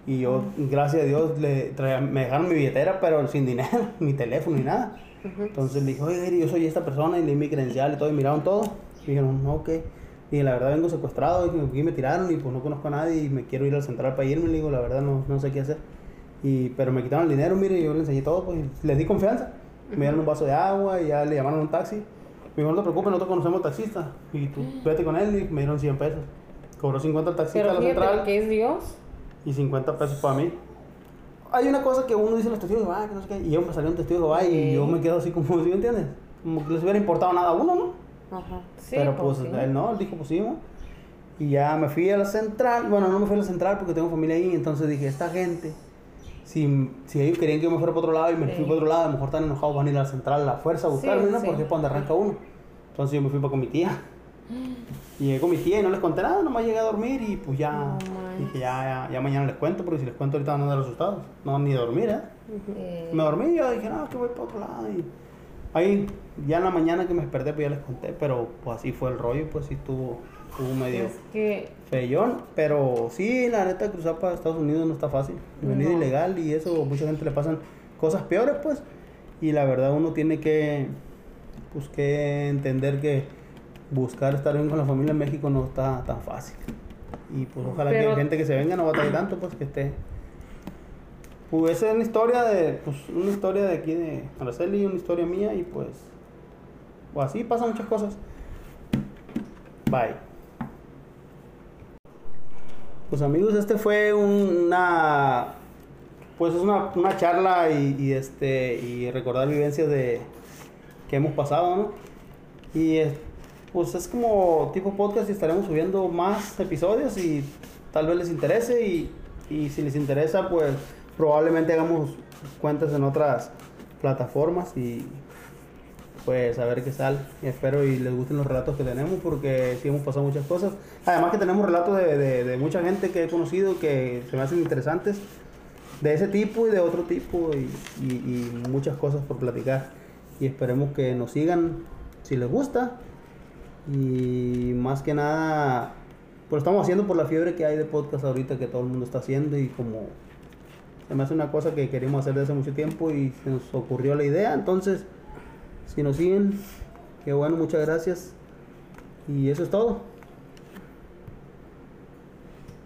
Y yo, gracias a Dios, le traía- me dejaron mi billetera, pero sin dinero, mi teléfono y nada. Entonces le dije, oye, yo soy esta persona y le di mi credencial y todo, y miraron todo. Y dijeron, no, ok. Y la verdad vengo secuestrado, y aquí me tiraron y pues no conozco a nadie y me quiero ir al central para irme. Le digo, la verdad no, no sé qué hacer. Y, pero me quitaron el dinero, mire, yo le enseñé todo, pues y les di confianza. Me dieron un vaso de agua y ya le llamaron a un taxi. Me dijo, no te preocupes, nosotros conocemos taxista. Y tú vete con él y me dieron 100 pesos. Cobró 50 el taxista
pero
a la
fíjate
central
lo que es Dios.
y 50 pesos para mí. Hay una cosa que uno dice los testigos de Jehová, que no sé qué, y yo me salió un testigo de Jehová y yo me quedo así como, ¿sí me entiendes? Como que les hubiera importado nada a uno, ¿no?
Ajá. Sí,
Pero pues
sí.
él no, él dijo, pues sí, ¿no? Y ya me fui a la central, bueno, no me fui a la central porque tengo familia ahí, entonces dije, esta gente, si, si ellos querían que yo me fuera para otro lado y me
Sí.
fui para otro lado, a lo mejor están enojados, van a ir a la central a la fuerza a buscarme,
Sí,
¿no?
sí.
Porque es para donde arranca uno. Entonces yo me fui para con mi tía. Y llegué con mi tía y no les conté nada, nomás llegué a dormir y pues ya,
No
dije, ya, ya, ya mañana les cuento, porque si les cuento ahorita van a andar asustados, no van ni a dormir, ¿eh?
Eh,
Me dormí y yo dije, no, que voy para otro lado. Y ahí, ya en la mañana que me desperté, pues ya les conté, pero pues así fue el rollo, pues sí estuvo, estuvo medio
pues Es que
feyón. Pero sí, la neta, cruzar para Estados Unidos no está fácil. Venir
No.
ilegal y eso, a mucha gente le pasan cosas peores, pues. Y la verdad, uno tiene que, pues, que entender que buscar estar bien con la familia en México no está tan fácil. Y pues ojalá que
Pero-
la gente que se venga no batalle tanto, pues que esté. Pues esa es una historia de, pues, una historia de aquí de Araceli, una historia mía y pues, pues así pasan muchas cosas. Bye. Pues amigos, este fue un- una pues es una, una charla y, y, este y recordar vivencias de que hemos pasado, ¿no? Y eh, pues es como tipo podcast y estaremos subiendo más episodios y tal vez les interese y, y si les interesa pues probablemente hagamos cuentas en otras plataformas y pues a ver qué sale. Espero y les gusten los relatos que tenemos porque sí hemos pasado muchas cosas. Además que tenemos relatos de, de- de mucha gente que he conocido que se me hacen interesantes de ese tipo y de otro tipo y, y- y muchas cosas por platicar. Y esperemos que nos sigan si les gusta. Y más que nada, pues lo estamos haciendo por la fiebre que hay de podcast ahorita que todo el mundo está haciendo y como se me hace una cosa que queríamos hacer desde hace mucho tiempo y se nos ocurrió la idea. Entonces, si nos siguen, qué bueno, muchas gracias. Y eso es todo.